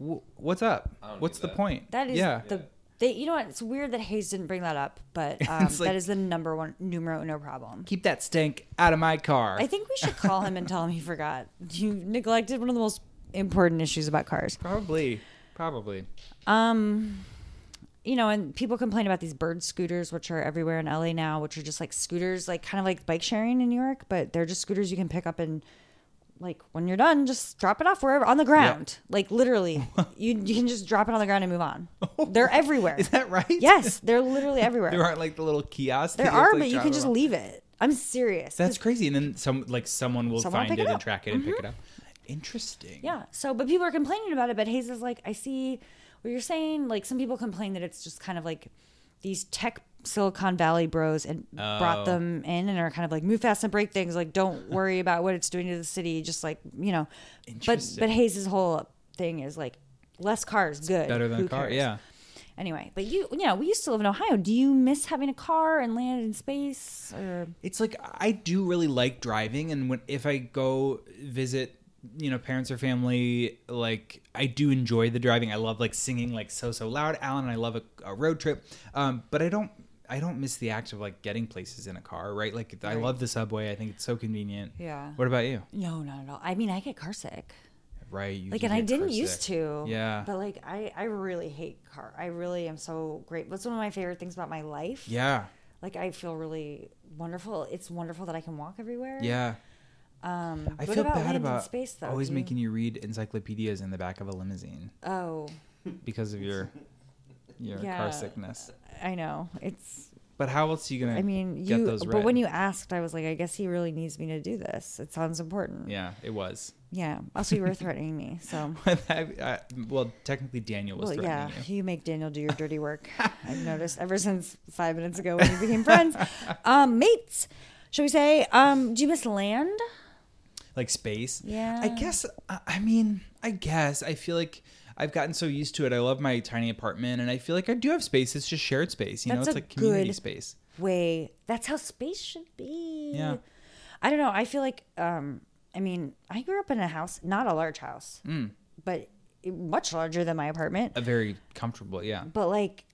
w- what's up? What's the point?
Uh-huh. That is
yeah.
the. They, you know what? It's weird that Hayes didn't bring that up, but
*laughs*
um,
It's like-
that is the number one numero uno problem.
Keep that stink out of my car.
I think we should call him and tell him he forgot. You neglected one of the most important issues about cars.
Probably. Probably.
Um, you know, and people complain about these bird scooters, which are everywhere in LA now, which are just like scooters, like kind of like bike sharing in New York, but they're just scooters you can pick up and like when you're done, just drop it off wherever on the ground.
*laughs*
Like literally, you you can just drop it on the ground and move on. They're everywhere.
*laughs* Is that right?
Yes, they're literally
*laughs*
everywhere.
There aren't like the little kiosks. that you
There
have
are,
to, like,
but you
drive
can just
around.
leave it. I'm serious. 'cause
That's crazy. And then some like someone will
Someone will
find
pick
it,
it
and
up. Mm-hmm.
track it and pick it up. Interesting.
Yeah. So, but people are complaining about it. But Hayes is like, I see what you're saying. Like, some people complain that it's just kind of like these tech Silicon Valley bros and
Oh.
brought them in and are kind of like, move fast and break things.
*laughs*
Like, don't worry about what it's doing to the city. Just like, you know. But
Interesting.
but Hayes's whole thing is like, less cars, good.
Better than
Who
a car.
cares?
Yeah.
Anyway, but you, you know, we used to live in Ohio. Do you miss having a car and land in space? Or
It's like I do really like driving, and when if I go visit, you know, parents or family, like I do enjoy the driving. I love like singing like so so loud, Alan. And I love a, a road trip, um, but I don't. I don't miss the act of like getting places in a car, right? Like I love the subway. I think it's so convenient.
Yeah.
What about you?
no, not at all. I mean, I get car sick.
Right. You
like
do
and i
get
didn't
car
used
sick.
to
Yeah.
but like i i really hate car i really am so great that's one of my favorite things about my life
Yeah.
like i feel really wonderful it's wonderful that i can walk everywhere
Yeah.
um
I
what
feel
about
bad
land
about
and space though
always
Do you-
making you read encyclopedias in the back of a limousine
oh
because of
*laughs*
your your
Yeah.
car sickness.
i know it's
But how else are you gonna?
i mean
get
you
those
but when
read?
you asked i was like i guess he really needs me to do this it sounds important
yeah, it was. *laughs*
yeah also you were threatening me so
I- I- well, technically Daniel was
Well, yeah,
threatening you.
you make Daniel do your dirty
*laughs*
work. I've noticed ever since five minutes ago when we became
*laughs*
friends. Um, mates, should we say? Um, do you miss land?
like space.
Yeah.
I guess. I- I mean, I guess I feel like I've gotten so used to it. I love my tiny apartment, and I feel like I do have space. It's just shared space. You know,
That's
it's
a
like community
good-
space.
Way, that's how space should be.
Yeah.
I don't know. I feel like, um, I mean, I grew up in a house, not a large house,
Mm.
but much larger than my apartment.
A very comfortable. Yeah.
but like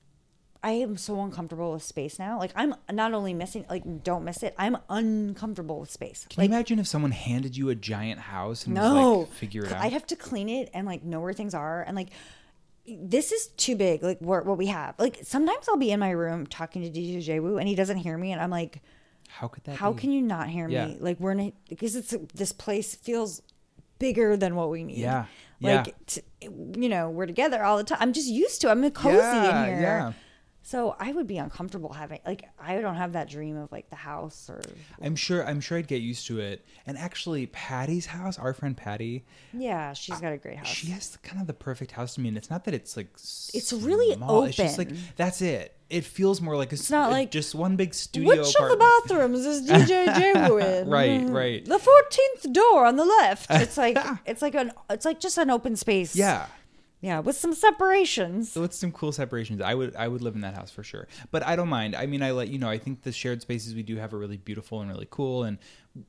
I am so uncomfortable with space now. Like I'm not only missing, like don't miss it. I'm uncomfortable with space.
Can you imagine if someone handed you a giant house and was
No,
like, figure it
Cl-
out?
I'd have to clean it and like know where things are and like this is too big. Like what what we have. Like sometimes I'll be in my room talking to DJ Jaywoo and he doesn't hear me and I'm like,
how could that?
how
be?
can you not hear me?
Yeah.
Like we're in a, because it's this place feels bigger than what we need.
Yeah.
Like
Yeah.
T- you know we're together all the time. I'm just used to. it. I'm cozy
Yeah,
in here.
yeah.
So I would be uncomfortable having like I don't have that dream of like the house or
I'm sure. I'm sure I'd get used to it. And actually, Patty's house, our friend Patty,
yeah she's got a great house.
she has the, kind of the perfect house to me. And it's not that it's like
It's really
small, It's just like
open.
that's it. It feels more like a, it's
not like,
just one big studio.
Which of the
apartment.
bathrooms is
*laughs*
DJ Jaywoo in?
Right, right.
The fourteenth door on the
*laughs*
left. It's like it's like an it's like just an open space.
Yeah.
yeah, with some separations.
So it's some cool separations. I would I would live in that house for sure. But I don't mind. I mean, I let you know. I think the shared spaces we do have are really beautiful and really cool, and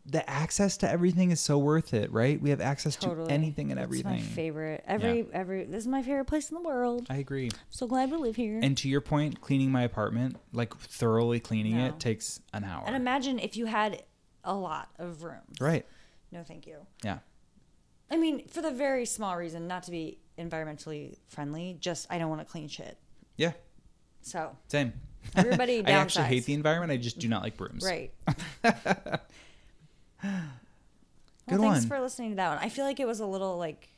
the access to everything is so worth it, right? We have access to anything and everything.
It's my favorite. Every every this is my favorite place in the world.
I agree.
so glad we live here.
And to your point, cleaning my apartment, like thoroughly cleaning
No.
it, takes an hour.
and imagine if you had a lot of room.
right.
No, thank you.
Yeah.
I mean, for the very small reason not to be environmentally friendly. Just I don't want to clean shit.
Yeah.
So
Same.
Everybody
*laughs* I actually hate
downsize.
the environment. I just do not like brooms.
right.
Good
well, thanks
one.
for listening to that one. I feel like it was a little like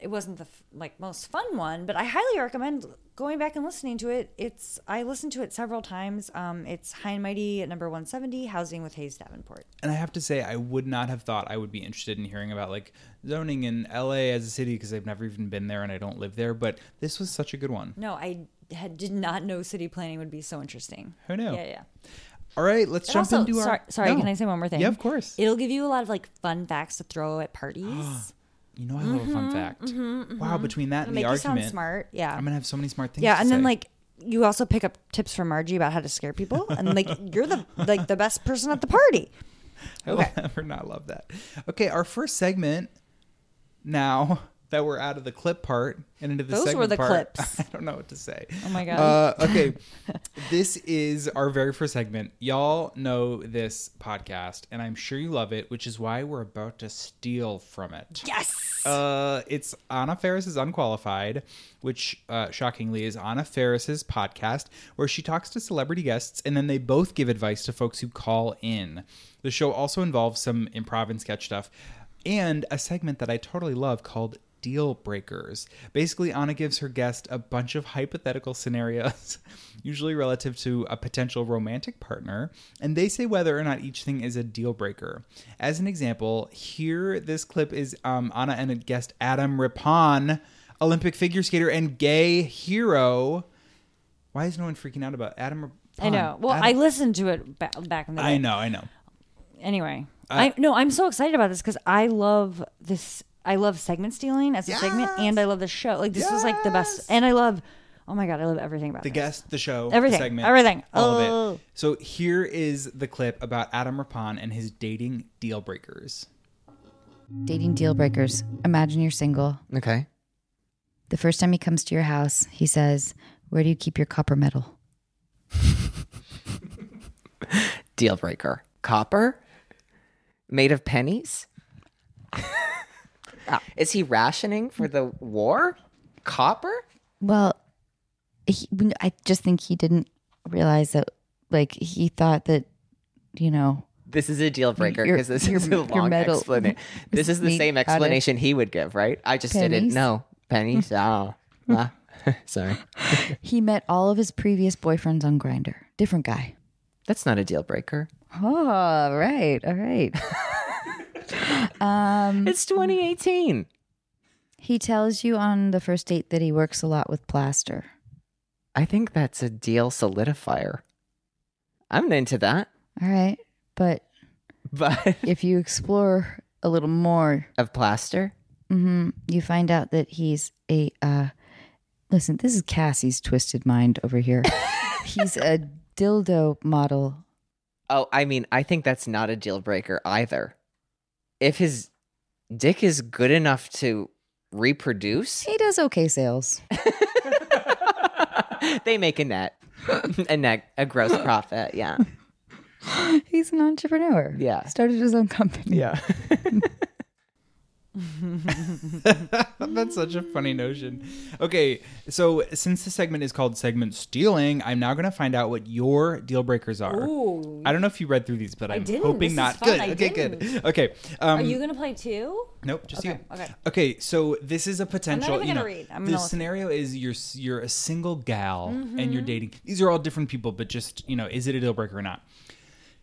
it wasn't the f- like most fun one, but I highly recommend going back and listening to it. It's I listened to it several times. Um, it's High and Mighty at number one seventy, Housing with Hayes Davenport.
*laughs* and I have to say, I would not have thought I would be interested in hearing about like zoning in LA as a city because I've never even been there and I don't live there. But this was such a good one.
No, I had, did not know city planning would be so interesting.
Who knew?
Yeah, yeah.
All right, let's
And
jump
also,
into our.
sorry, sorry
No.
can I say one more thing?
Yeah, of course.
It'll give you a lot of like fun facts to throw at parties.
*gasps*
Mm-hmm,
you know, I love a fun fact. Wow, between that
It'll
and
make
the
you
argument,
sound smart. Yeah.
I'm gonna have so many smart things.
Yeah,
to
and then
say.
like you also pick up tips from Margie about how to scare people,
*laughs*
and like you're the like the best person at the party. *laughs*
I will never not love that. Okay, our first segment now that were out of the clip part and into the
Those were
segment
the
part. *laughs*
clips.
I don't know what to say.
Oh my God.
Uh,
*laughs*
okay, this is our very first segment. Y'all know this podcast, and I'm sure you love it, which is why we're about to steal from it.
Yes.
Uh, it's Anna Ferris's Unqualified, which uh, shockingly is Anna Ferris's podcast, where she talks to celebrity guests and then they both give advice to folks who call in. The show also involves some improv and sketch stuff and a segment that I totally love called Deal Breakers. Basically, Anna gives her guest a bunch of hypothetical scenarios, *laughs* usually relative to a potential romantic partner, and they say whether or not each thing is a deal breaker. As an example, here this clip is um, Anna and a guest Adam Rippon, Olympic figure skater and gay hero. Why is no one freaking out about Adam Rippon?
I know. Well, I
Um, Adam-
listened to it ba- back in the day.
I know, I know.
Anyway, I no, I'm so excited about this because I love this. I love segment stealing as a segment, and I love the show. Like this was like the best, and I love. Oh my god, I love everything about
the
this.
guest, the show,
Everything,
the segment,
everything.
all of
Oh.
it. So here is the clip about Adam Rapon and his dating deal breakers. *laughs*
Dating deal breakers. Imagine you're single.
Okay.
The first time he comes to your house, he says, Where do you keep your copper medal?
Deal breaker. Copper? Made
*laughs*
of pennies? Ah, Is he rationing for the war? Copper?
Well, he, I just think he didn't realize that, like, he thought that, you know,
This is a deal breaker
Your-
because this
your-
is a
your
long
medal
explanation. This is the
made
same
out of
explanation he would give, right? I just didn't
pennies.
know. Pennies? Oh.
*laughs*
Ah. *laughs* Sorry.
he met all of his previous boyfriends on Grinder. Different guy.
That's not a deal breaker.
Oh, all right, all right. *laughs* um,
it's 2018.
He tells you on the first date that he works a lot with plaster.
I think that's a deal solidifier. I'm into that.
All right, but
but
if you explore a little more,
Of plaster?
hmm you find out that he's a. Uh, listen, this is Cassie's twisted mind over
*laughs*
here. he's a dildo model.
Oh, I mean, I think that's not a deal breaker either. If his dick is good enough to
*laughs*
reproduce,
He does
*gasps*
okay sales.
they make a net, a net, a
*laughs*
gross profit. Yeah,
he's an entrepreneur.
Yeah.
started his own company.
Yeah.
That's such a funny notion. Okay, so since the segment is called segment stealing, I'm now going to find out what your deal breakers are.
Ooh.
I don't know if you read through these, but
I
I'm
didn't.
hoping
This is
not.
fun.
Good.
I
okay, good.
didn't.
Okay. Um,
Are you gonna play too?
Nope, just
Okay,
you.
okay.
Okay, so this is a potential.
even
you know,
gonna read. I'm
the
gonna listen. Mm-hmm.
scenario is you're s- you're a single gal and you're dating. These are all different people, but just you know, is it a deal breaker or not?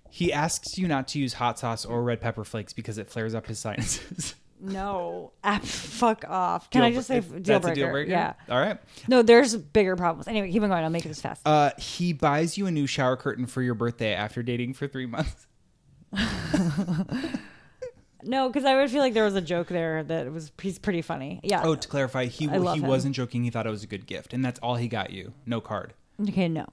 He asks you not to use hot sauce or red pepper flakes because it flares up his sinuses. *laughs*
No, Ah, fuck off. Can I
Deal
just
bre-
say
if
f- deal
that's
breaker?
a deal breaker?
Yeah.
All right.
No, there's bigger problems. Anyway, keep on going. I'll make this fast.
Uh, he buys you a new shower curtain for your birthday after dating for three months.
No, because I would feel like there was a joke there that was he's pretty funny. Yeah.
Oh, to clarify, he
I love
he
him.
wasn't joking. He thought it was a good gift, and that's all he got you. No card.
Okay, no.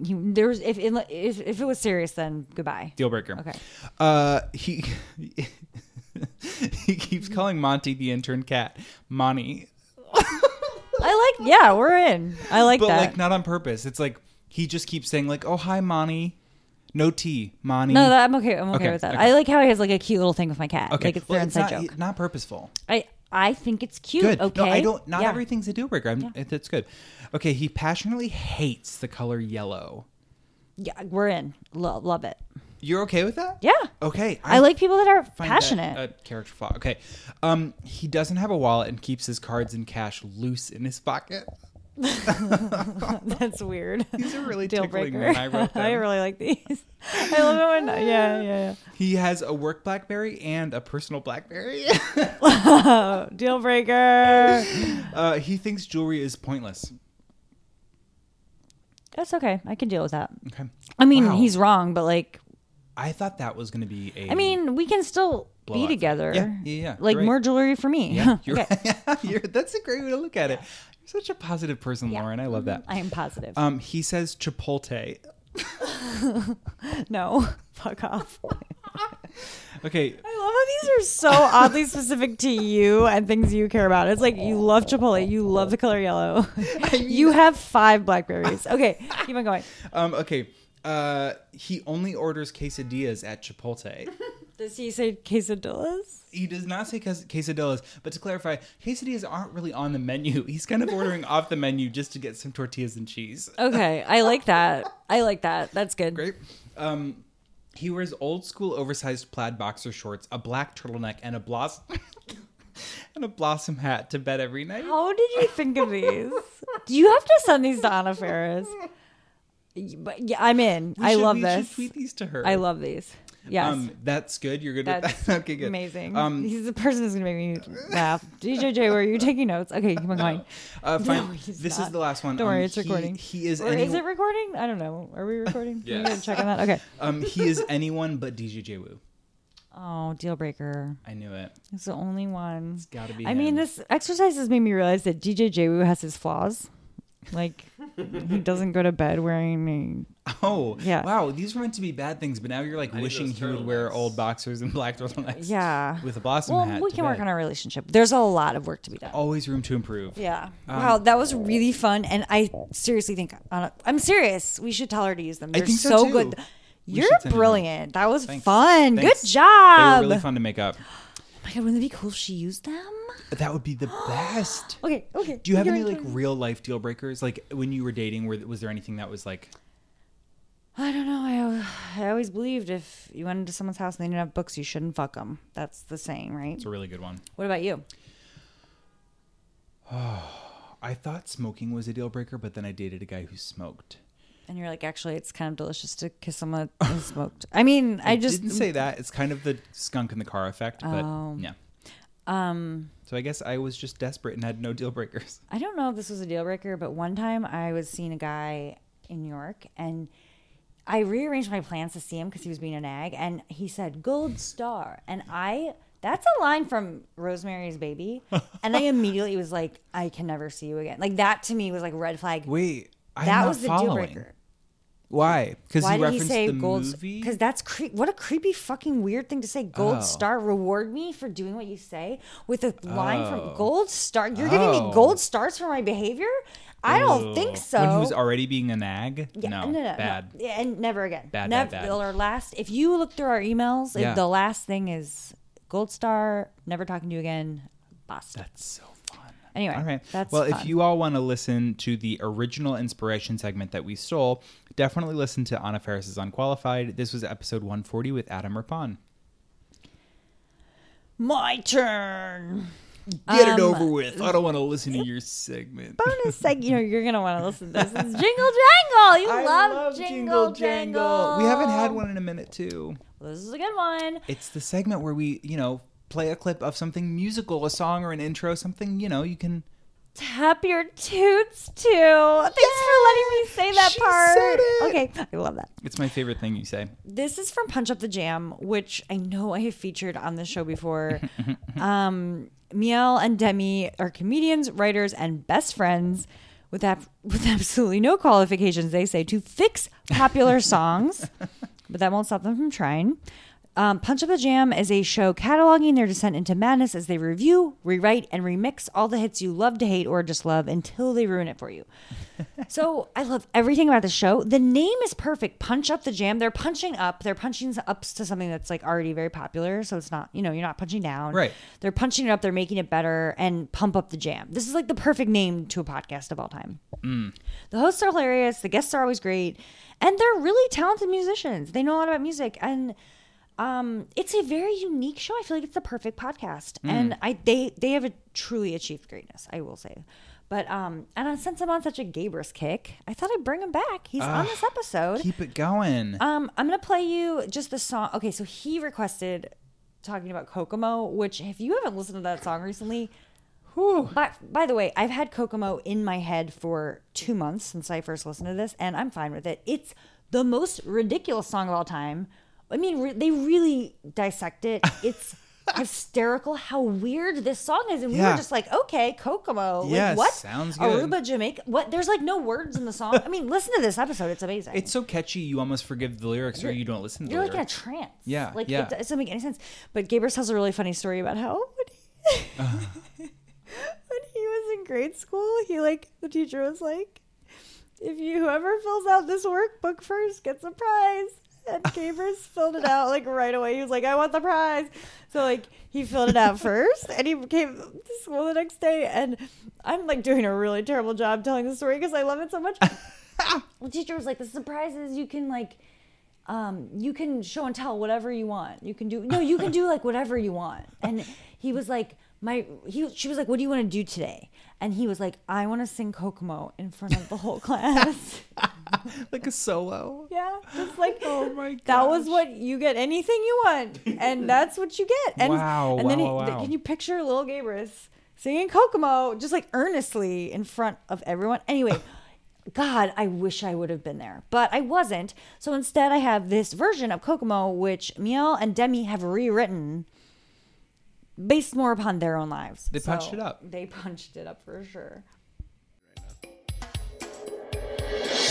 You, there was if, if if it was serious, then goodbye.
Deal breaker.
Okay.
Uh, he *laughs* he keeps calling Monty the intern cat Monty,
I like. Yeah, we're in. I like
but
that.
like not on purpose. It's like he just keeps saying like, "Oh hi Monty, no tea Monty."
no, that, I'm okay. I'm okay,
Okay,
with that.
okay.
I like how he has like a cute little thing with my cat.
okay,
Like it's
Well,
their inside
not,
joke.
Not purposeful.
I I think it's cute.
Good.
Okay.
No, I don't. Not
Yeah.
everything's a deal breaker. I'm, it, it's good. Okay. He passionately hates the color yellow.
Yeah, we're in. Love love it.
You're okay with that?
Yeah.
Okay.
I, like people that are
find
passionate.
That a character flaw. Okay. Um, he doesn't have a wallet and keeps his cards and cash loose in his pocket. *laughs*
*laughs* That's weird. These
are really
deal
tickling
breaker.
when I
*laughs*
wrote them.
really like these. *laughs* I love it when yeah, yeah,
*laughs* He has a work BlackBerry and a personal BlackBerry. *laughs*
yeah. *laughs* deal breaker.
uh, he thinks jewelry is pointless.
That's okay. I can deal with that.
Okay.
I mean,
Wow.
he's wrong, but like,
I thought that was going to be a.
I mean, we can still
Blowout
be
thing.
together.
Yeah, yeah, yeah.
Like
You're right.
more jewelry for me. *laughs*
*laughs* yeah, you're,
Okay.
you're- that's a great way to look at it. You're such a positive person, Lauren. I love that.
Mm-hmm. I am positive.
Um, he says Chipotle. *laughs*
no, *laughs* fuck off.
Okay,
I love how these are so oddly specific to you and things you care about. It's like you love Chipotle, you love the color
*laughs*
yellow. you have five blackberries. Okay, *laughs* keep on going.
um, okay. Uh, he only orders quesadillas at
*laughs*
Chipotle.
Does he say quesadillas?
He does not say ques- quesadillas, but to clarify, quesadillas aren't really on the menu. *laughs* He's kind of ordering off the menu just to get some tortillas and cheese.
Okay, I like that. I like that. That's good.
Great. Um, he wears old school oversized plaid boxer shorts, a black turtleneck, and a blossom *laughs* and a blossom hat to bed every night.
How did you think of these? Do you have to send these to Anna Ferris? Y- But yeah, I'm in.
We
I
should-
love
we should
this.
tweet these to her.
I love these. Yes.
Um, that's good. You're good
That's
with that. *laughs* okay, good.
amazing.
Um,
He's the person that's gonna make me laugh. DJJ, were you taking notes?
*laughs*
Okay, keep on going.
Uh,
No,
fine.
he's
this
not.
is the last one.
Don't worry,
Um,
it's
he-
recording.
He is.
Or
any-
is it recording? I don't know. Are we recording? Can we
Yes.
Check on that. Okay.
*laughs* Um, he is anyone but DJJ Wu.
Oh, deal breaker.
I knew it.
It's the only one. It's
gotta be
I mean,
him.
this exercise has made me realize that DJ Wu has his flaws.
*laughs*
Like, he doesn't go to bed wearing. A...
Oh,
Yeah.
Wow, these were meant to be bad things, but now you're like wishing he would wear old boxers and *laughs* black turtlenecks.
Yeah.
With a blossom
Well,
hat.
we
to
can work
bed.
on our relationship. There's a lot of work to be done.
Always room to improve.
Yeah.
Um,
wow, that was really fun, and I seriously think Anna, I'm serious. We should tell her to use them.
I
They're
think so,
so,
too.
good.
We should
You're
send her them.
brilliant. That was
Thanks.
fun.
Thanks.
Good job.
They were really fun to make up.
Oh my god, wouldn't it be cool if she used them?
That would be
*gasps*
the best.
Okay, okay.
Do you have
You're
any
in
like
charge.
real life deal breakers? Like when you were dating, were, was there anything that was like, *sighs*
I don't know. I, al- I always believed if you went into someone's house and they didn't have books, you shouldn't fuck them. That's the saying, right?
it's a really good one?
What about you?
I thought smoking was a deal breaker, but then I dated a guy who smoked.
And you're like, actually, it's kind of delicious to kiss someone who *laughs* smoked. I mean, I, just
didn't say that. It's kind of the skunk in the car effect, but
Oh.
yeah.
Um,
So I guess I was just desperate and had no deal breakers.
I don't know if this was a deal breaker, but one time I was seeing a guy in New York and I rearranged my plans to see him because he was being a nag and he said gold star and I that's a line from Rosemary's Baby
*laughs*
and I immediately was like I can never see you again. Like that to me was like red flag.
Wait, I'm
that
not
was the deal
following.
breaker.
Why? Because
Why
he
did he
referenced
say
the
gold?
movie.
Because that's cre- what a creepy fucking weird thing to say. Gold
Oh.
star, reward me for doing what you say with a line
Oh.
from gold star. You're giving
Oh.
me gold stars for my behavior? I don't think
Ew.
so.
When he was already being a nag. no, bad.
Yeah, and never again.
Bad,
Nev-
bad, bad.
Or last, if you look through our emails, if
Yeah.
the last thing is gold star, never talking to you again. Basta.
That's so fun.
Anyway,
All right.
That's
well, if
fun.
you all want to listen to the original inspiration segment that we stole, definitely listen to Anna Ferris's Unqualified. This was episode 140 with Adam Rippon.
My turn.
Get it
Um,
over with. I don't want to listen to your
*laughs*
segment.
bonus seg- You know, you're gonna want to listen to this. It's Jingle Jangle.
*laughs*
You
I
love,
love Jingle
Jingle Jangle.
We haven't had one in a minute, too.
Well, this is a good one.
It's the segment where we, you know, play a clip of something musical, a song or an intro, something, you know, you can.
Tap your toots too. Thanks for letting me say that part.
said it.
Okay, I love that.
It's my favorite thing you say.
This is from Punch Up the Jam, which I know I have featured on the show before. um, Miel and Demi are comedians, writers, and best friends with ab- with absolutely no qualifications. They say to fix popular songs, but that won't stop them from trying. Um, Punch Up the Jam is a show cataloging their descent into madness as they review, rewrite, and remix all the hits you love to hate or just love until they ruin it for you. So I love everything about the show. The name is perfect. Punch up the jam. They're punching up. They're punching ups to something that's like already very popular. So it's not, you know, you're not punching down.
Right.
They're punching it up. They're making it better and pump up the jam. This is like the perfect name to a podcast of all time.
Mm.
The hosts are hilarious. The guests are always great, and they're really talented musicians. They know a lot about music, and um, it's a very unique show. I feel like it's the perfect podcast,
Mm.
and I they they have a, truly achieved greatness. I will say, but um, and I- since I'm on such a Gabrus kick, I thought I'd bring him back. He's on
Ah,
this episode.
Keep it going.
Um, I'm gonna play you just the song. Okay, so he requested talking about Kokomo, which if you haven't listened to that song recently, by, by the way, I've had Kokomo in my head for two months since I first listened to this, and I'm fine with it. It's the
*laughs*
most ridiculous song of all time. I mean, re- they really dissect it. It's hysterical how weird this song is. And we
Yeah.
were just like, okay, Kokomo. Like,
Yes,
what?
sounds
Aruba, Jamaica. What? There's like no words in the song. I mean, listen to this episode. It's amazing.
It's so catchy, you almost forgive the lyrics, or you don't listen to
You're
the
like in a
lyrics.
trance.
Yeah,
Like,
yeah.
it doesn't make any sense. But Gabrus tells a really funny story about how oh, when he, when he was in grade school, he like, the teacher was like, if you whoever fills out this workbook first gets a prize.
*laughs*
And Gabrus filled it out like right away. He was like, I want the prize. So like he filled
*laughs*
it out first and he came to school the next day. And I'm like doing a really terrible job telling the story because I love it so
*laughs*
much. the teacher was like, the surprise is you can like um, you can show and tell whatever you want. You can do no, you can do like whatever you want. And he was like, my he she was like, what do you want to do today? And he was like, I want to sing Kokomo in front of the whole class.
*laughs* like a solo.
Yeah, just like oh my god, that was what you get. Anything you want,
*laughs*
and that's what you get. And,
Wow,
and then
wow,
he- th-
wow.
can you picture Lil Gabrus singing Kokomo just like earnestly in front of everyone? Anyway. *gasps* God, I wish I would have been there, but I wasn't. So instead, I have this version of Kokomo, which Miel and Demi have rewritten based more upon their own lives.
They punched it up.
They punched it up for sure.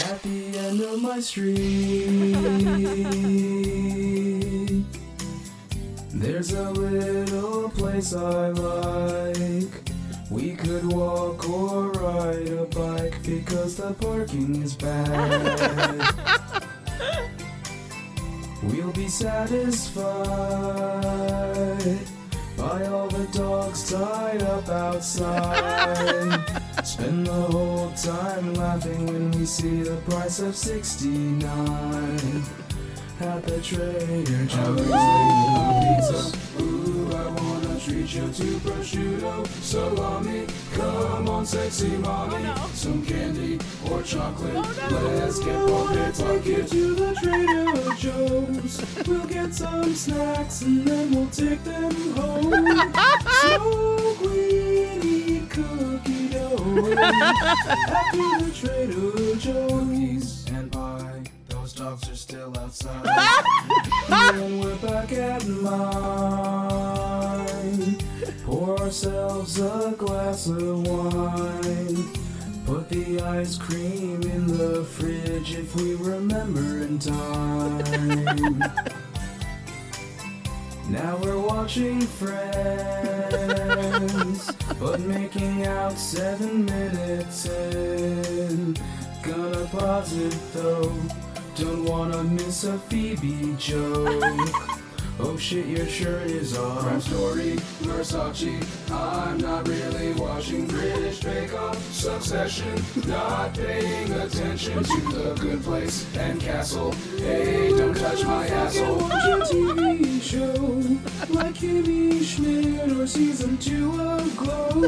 At the end of my street, there's a little place I like. We could walk or ride a bike because the parking is bad. we'll be satisfied by all the dogs tied up outside. Spend the whole time laughing when we see the price of 69 at the Trader Joe's. I was thinking of pizza. Ooh, I wanna treat you to prosciutto, salami. Come on, sexy mommy. Some candy or chocolate. Let's get pockets. I'll get you the Trader Joe's. We'll get some snacks and then we'll take them home. Smoke weed, eat cookie dough. At the Trader Joe's and buy. Those dogs are still outside. and we're back at mine. Pour ourselves a glass of wine. Put the ice cream in the fridge if we remember in time. now we're watching Friends, but making out seven minutes in. Gonna pause it though, don't wanna miss a Phoebe *laughs* joke. Oh shit, your shirt is off. Crime story, Versace. I'm not really watching British Bake Off. Succession, not paying attention to the good place and castle. Hey, don't touch my asshole. Watch a TV show like Kimmy Schmidt or season two of Glow.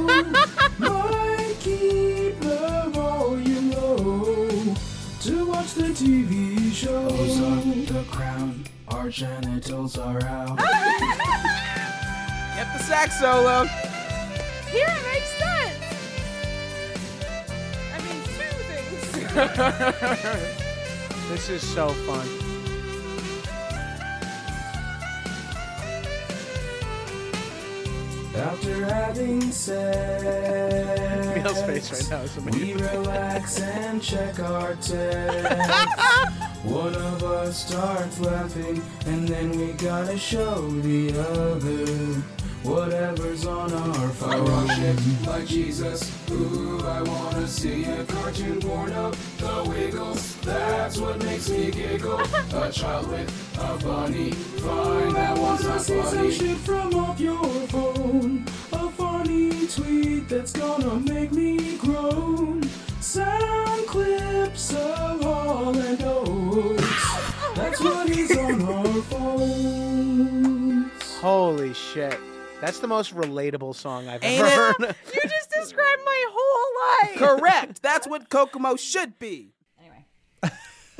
Might keep the volume low to watch the TV show. the crown, our genitals are out. Get the sax solo.
Here it makes sense. I mean, two things.
*laughs* this is so fun.
After having sex,
Male's face right now is
we
amazing.
relax and
*laughs*
check our text. One of us starts laughing, and then we gotta show the other whatever's on our phone. I rock shit like Jesus. Ooh, I wanna see a cartoon porno. The Wiggles, that's what makes me giggle. A child with a bunny. Fine, that one's not
See some
funny. shit from off your phone. A funny tweet that's gonna make me groan. Sound clips of all and Oates. That's what he's on our phone.
Holy shit. That's the most relatable song I've
Ain't
ever
it?
heard.
you just described my whole life.
Correct.
That's what Kokomo should be.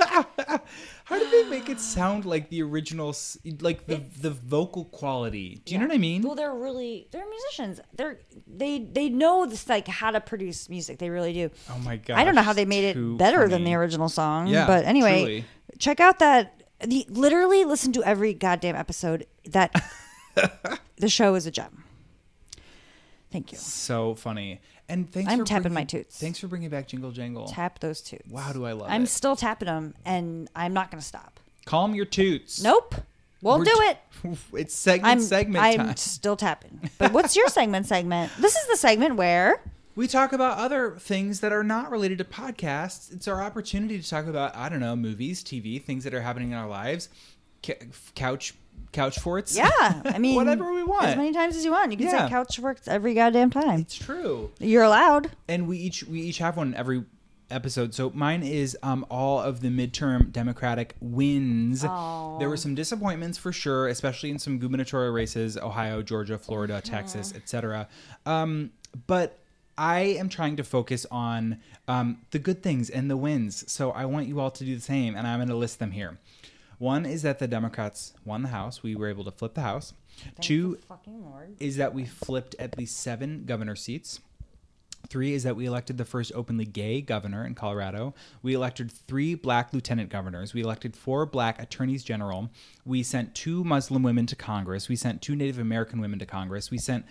*laughs* How did they make it sound like the original, s- like the the vocal quality? Do you know what I mean?
Well, they're really they're musicians. They're they they know this like how to produce music. They really do.
Oh my god!
I don't know how they made it better than the original
Um,
song.
Yeah,
but anyway,
truly. *laughs*
check out that the literally listen to every goddamn episode that the show is a gem. Thank you.
So funny. And thanks.
I'm
for
tapping
bringing-
my toots.
Thanks for bringing back Jingle Jangle.
Tap those toots.
Wow, do I love
I'm
it.
still tapping them, and I'm not going to stop.
Calm your toots.
Nope, won't do
*laughs*
it.
It's segment
I'm
segment
I'm
time.
still tapping. But
*laughs*
what's your segment? Segment. This is the segment where
We talk about other things that are not related to podcasts. It's our opportunity to talk about I don't know movies, TV, things that are happening in our lives, C- couch couch forts.
yeah,
*laughs*
I mean
whatever we want.
as many times as you want. You can
Yeah.
say couch works every goddamn time. It's
true.
You're allowed.
and we each we each have one every episode. So mine is um all of the midterm Democratic wins.
Aw.
There were some disappointments for sure, especially in some gubernatorial races: Ohio, Georgia, Florida, Texas,
Mm-hmm.
etc. Um, but I am trying to focus on um, the good things and the wins. So I want you all to do the same, and I'm going to list them here. One is that the Democrats won the House. We were able to flip the House. Two is that we flipped at least seven governor seats. Three is that we elected the first openly gay governor in Colorado. We elected three black lieutenant governors. We elected four black attorneys general. We sent two Muslim women to Congress. We sent two Native American women to Congress. We sent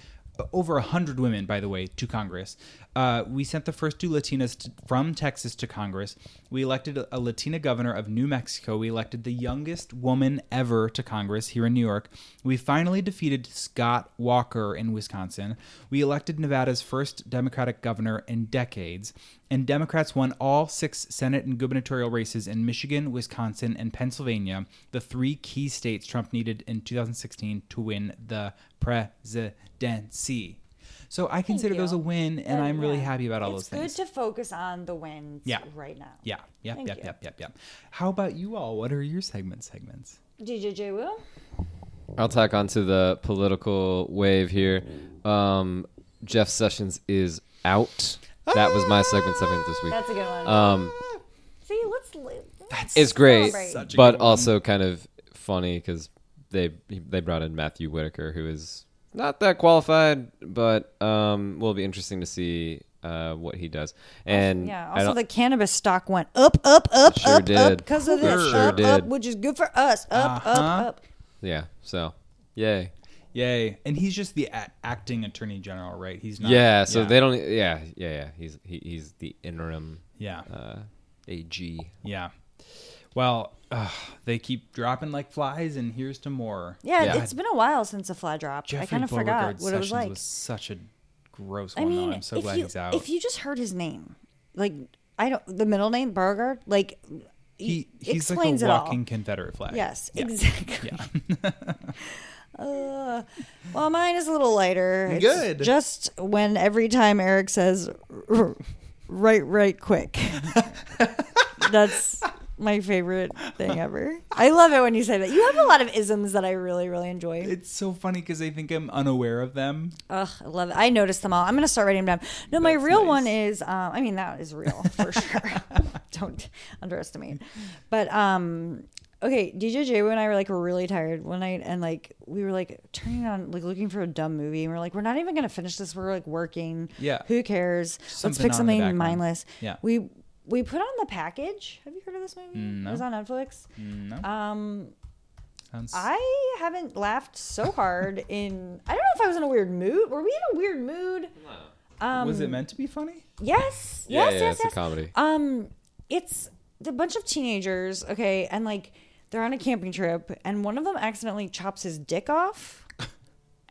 over 100 women, by the way, to Congress. Uh, we sent the first two Latinas to, from Texas to Congress. We elected a, a Latina governor of New Mexico. We elected the youngest woman ever to Congress here in New York. We finally defeated Scott Walker in Wisconsin. We elected Nevada's first Democratic governor in decades. And Democrats won all six Senate and gubernatorial races in Michigan, Wisconsin, and Pennsylvania, the three key states Trump needed in 2016 to win the presidency. So I consider those a win, and I'm really happy about all
It's
those things.
good to focus on the wins
Yeah.
right now.
Yeah, yep,
Thank
yep,
you.
yep, yep, yep. How about you all? What are your segment segments?
DJJ Wu.
I'll tack onto the political wave here. Um, Jeff Sessions is out. That was my segment segment this week.
That's a good one.
Um,
See, let's. li- let's
it's great,
celebrate.
but also kind of funny because they they brought in Matthew Whitaker, who is not that qualified, but um, will be interesting to see uh, what he does. And
yeah.
I
Also,
don't-
the cannabis stock went up, up, up,
Sure
up, up
did.
because of
It
this.
sure
up, up,
did.
which is good for us. Up, up,
Uh-huh.
up.
yeah, so yay.
Yay. And he's just the a- acting attorney general, right? He's not.
yeah, so they don't. Yeah, yeah, yeah. He's he, he's the interim.
Yeah.
Uh, AG.
Yeah. Well, uh, they keep dropping like flies, and here's to more.
Yeah, it's been a while since a fly drop. I kind of forgot
Beauregard
what it was
Sessions
like.
such a gross
I
one,
mean,
though. I'm so
if
glad
you
he's out.
if you just heard his name, like I don't the middle name Burger, like
he
he
he's like
explains
a walking
it all.
Confederate flag.
Yes,
Yeah.
exactly.
Yeah.
*laughs*
*laughs*
Uh, well, mine is a little lighter. It's
Good.
Just when every time Eric says, "R- right, right, quick. That's my favorite thing ever. I love it when you say that. You have a lot of isms that I really, really enjoy.
It's so funny because I think I'm unaware of them.
Ugh, I love it. I noticed them all. I'm gonna start writing them down. No, my real one is. Um, I mean, that is real for sure. *laughs* Don't underestimate. But um, okay, DJ J and I were like really tired one night, and like we were like turning on like looking for a dumb movie, and we're like, we're not even gonna finish this. We're like working.
Yeah.
Who cares? Let's
Something
pick
on in the
something
background.
mindless.
Yeah.
We we put on the package. Have you heard of this
Mm,
movie?
No. Mm,
It was on Netflix.
No.
Um,
Sounds-
I haven't laughed
*laughs*
so hard in. I don't know if I was in a weird mood. Were we in a weird mood? Um,
was it meant to be funny?
Yes.
Yeah,
yes.
yeah,
yes.
it's a
yes.
comedy.
Um, it's a bunch of teenagers. Okay, and like they're on a camping trip, and one of them accidentally chops his dick
*laughs*
off.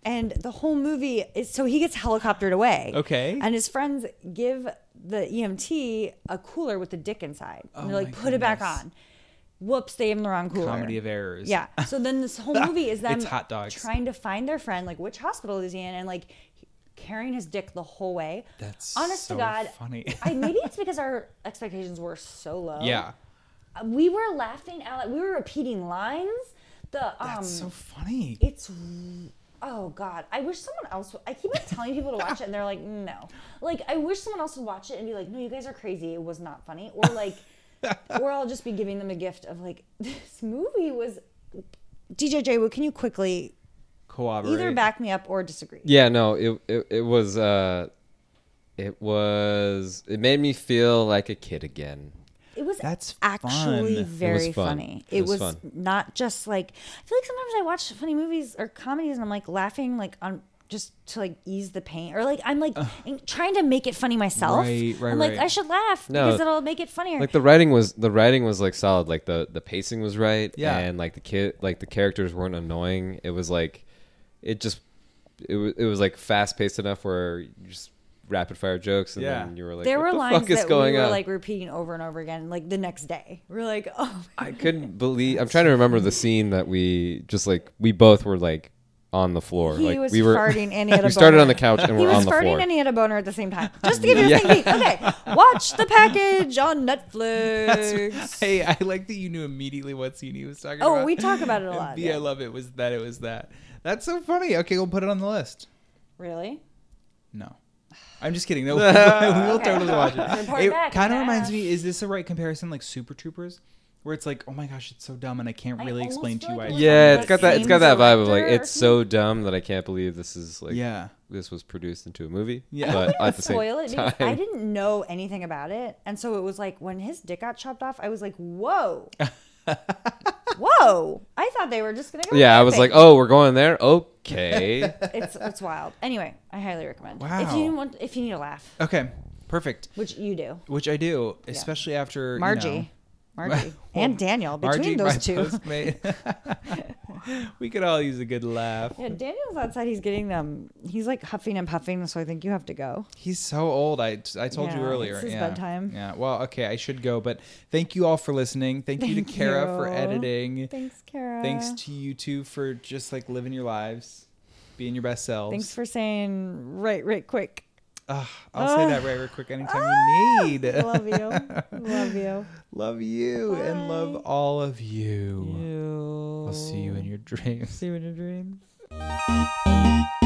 And the whole movie is so he gets helicoptered away.
Okay.
And his friends give the EMT a cooler with the dick inside. And
Oh
they're like,
my
put it back
goodness.
on. Whoops, they gave him the wrong cooler.
Comedy of errors. *laughs*
Yeah. So then this whole movie is them
It's hot dogs.
trying to find their friend, like which hospital is he in, and like carrying his dick the whole way.
That's
honest
so
to God.
funny.
I maybe it's because our expectations were so low.
*laughs* Yeah.
Uh, We were laughing out. loud. We were repeating lines. The um.
That's so funny.
It's oh god. I wish someone else. I keep on telling people to watch it, and they're like, no. Like I wish someone else would watch it and be like, no, you guys are crazy. It was not funny. Or
*laughs*
like, or I'll just be giving them a gift of like, *laughs* this movie was. DJ J, Wu, can you quickly
Cooperate.
either back me up or disagree?
Yeah, no, it it, it was uh, it was it made me feel like a kid again.
It was
That's
actually
fun. It was
very
fun.
funny.
It
It,
was
was,
fun.
not just like I feel like sometimes I watch funny movies or comedies and I'm like laughing like on just to like ease the pain or like I'm like in- trying to make it funny myself.
Right, right,
I'm like
right.
I should laugh
No.
because it'll make it funnier.
Like the writing was the writing was like solid. Like the the pacing was right.
Yeah.
And like the kid like the characters weren't annoying. It was like it just it was it was like fast paced enough where you just rapid fire jokes and
Yeah.
then you were like
there
what
were
the
lines
fuck is
that
going
we were
on?
like repeating over and over again like the next day. *laughs* We're like, "Oh,
I couldn't believe I'm trying to remember the scene that we just like we both were like on the floor.
*laughs* He
like
was
we were *laughs*
farting and he had a
We started
boner.
on the couch and
he
we're
was
on the
farting
floor.
and he had a boner at the same
*laughs*
time. Just to give you a
Yeah.
sneak peek. Okay, watch the
*laughs*
package on Netflix.
hey, I like that you knew immediately what scene he was talking
Oh,
about.
we talk about it
*laughs*
a
And
lot,
B, I love it was that it was that. That's so funny. Okay, we'll put it on the list.
Really?
No. I'm just kidding. No, *laughs* we will
Okay.
totally watch
Report
it. It
back,
kind of
Ash.
reminds me. Is this the right comparison? Like Super Troopers, where it's like, oh my gosh, it's so dumb, and I can't really explain to you why. it's
Yeah,
dumb.
it's got that it's got that vibe of like it's so dumb that I can't believe this is like
Yeah.
this was produced into a movie.
Yeah.
but at the same
Spoil it.
time, *laughs*
because I didn't know anything about it, and so it was like when his dick got chopped off, I was like,
*laughs*
"Whoa, whoa!" I thought they were just gonna. Go
yeah, I was like,
camping.
oh, we're going there. Okay,
*laughs* it's it's wild. Anyway, I highly recommend. If
Wow.
you want, if you need a laugh,
Okay, perfect.
which you do,
Which I do, especially after you
Margie.
know-
*laughs*
*laughs*
Margie. And Daniel, between
my
those two.
*laughs* postmate. *laughs* we could all use a good laugh.
yeah, Daniel's outside. He's getting them. He's like huffing and puffing, so I think you have to go.
He's so old. I, I told you
Yeah,
earlier.
it's his
yeah.
bedtime.
Yeah. Well, okay, I should go, but thank you all for listening. Thank, you to
Thank
Kara for
you.
editing.
Thanks, Kara.
Thanks to you two for just like living your lives, being your best selves.
Thanks
for saying right, right, quick.
Ugh, I'll say
Ah.
that right, real quick anytime you need.
Ah,
*laughs*
Love you. Love you.
love you and love all of you. I'll see you in your dreams. See
you in your dreams.
Bye.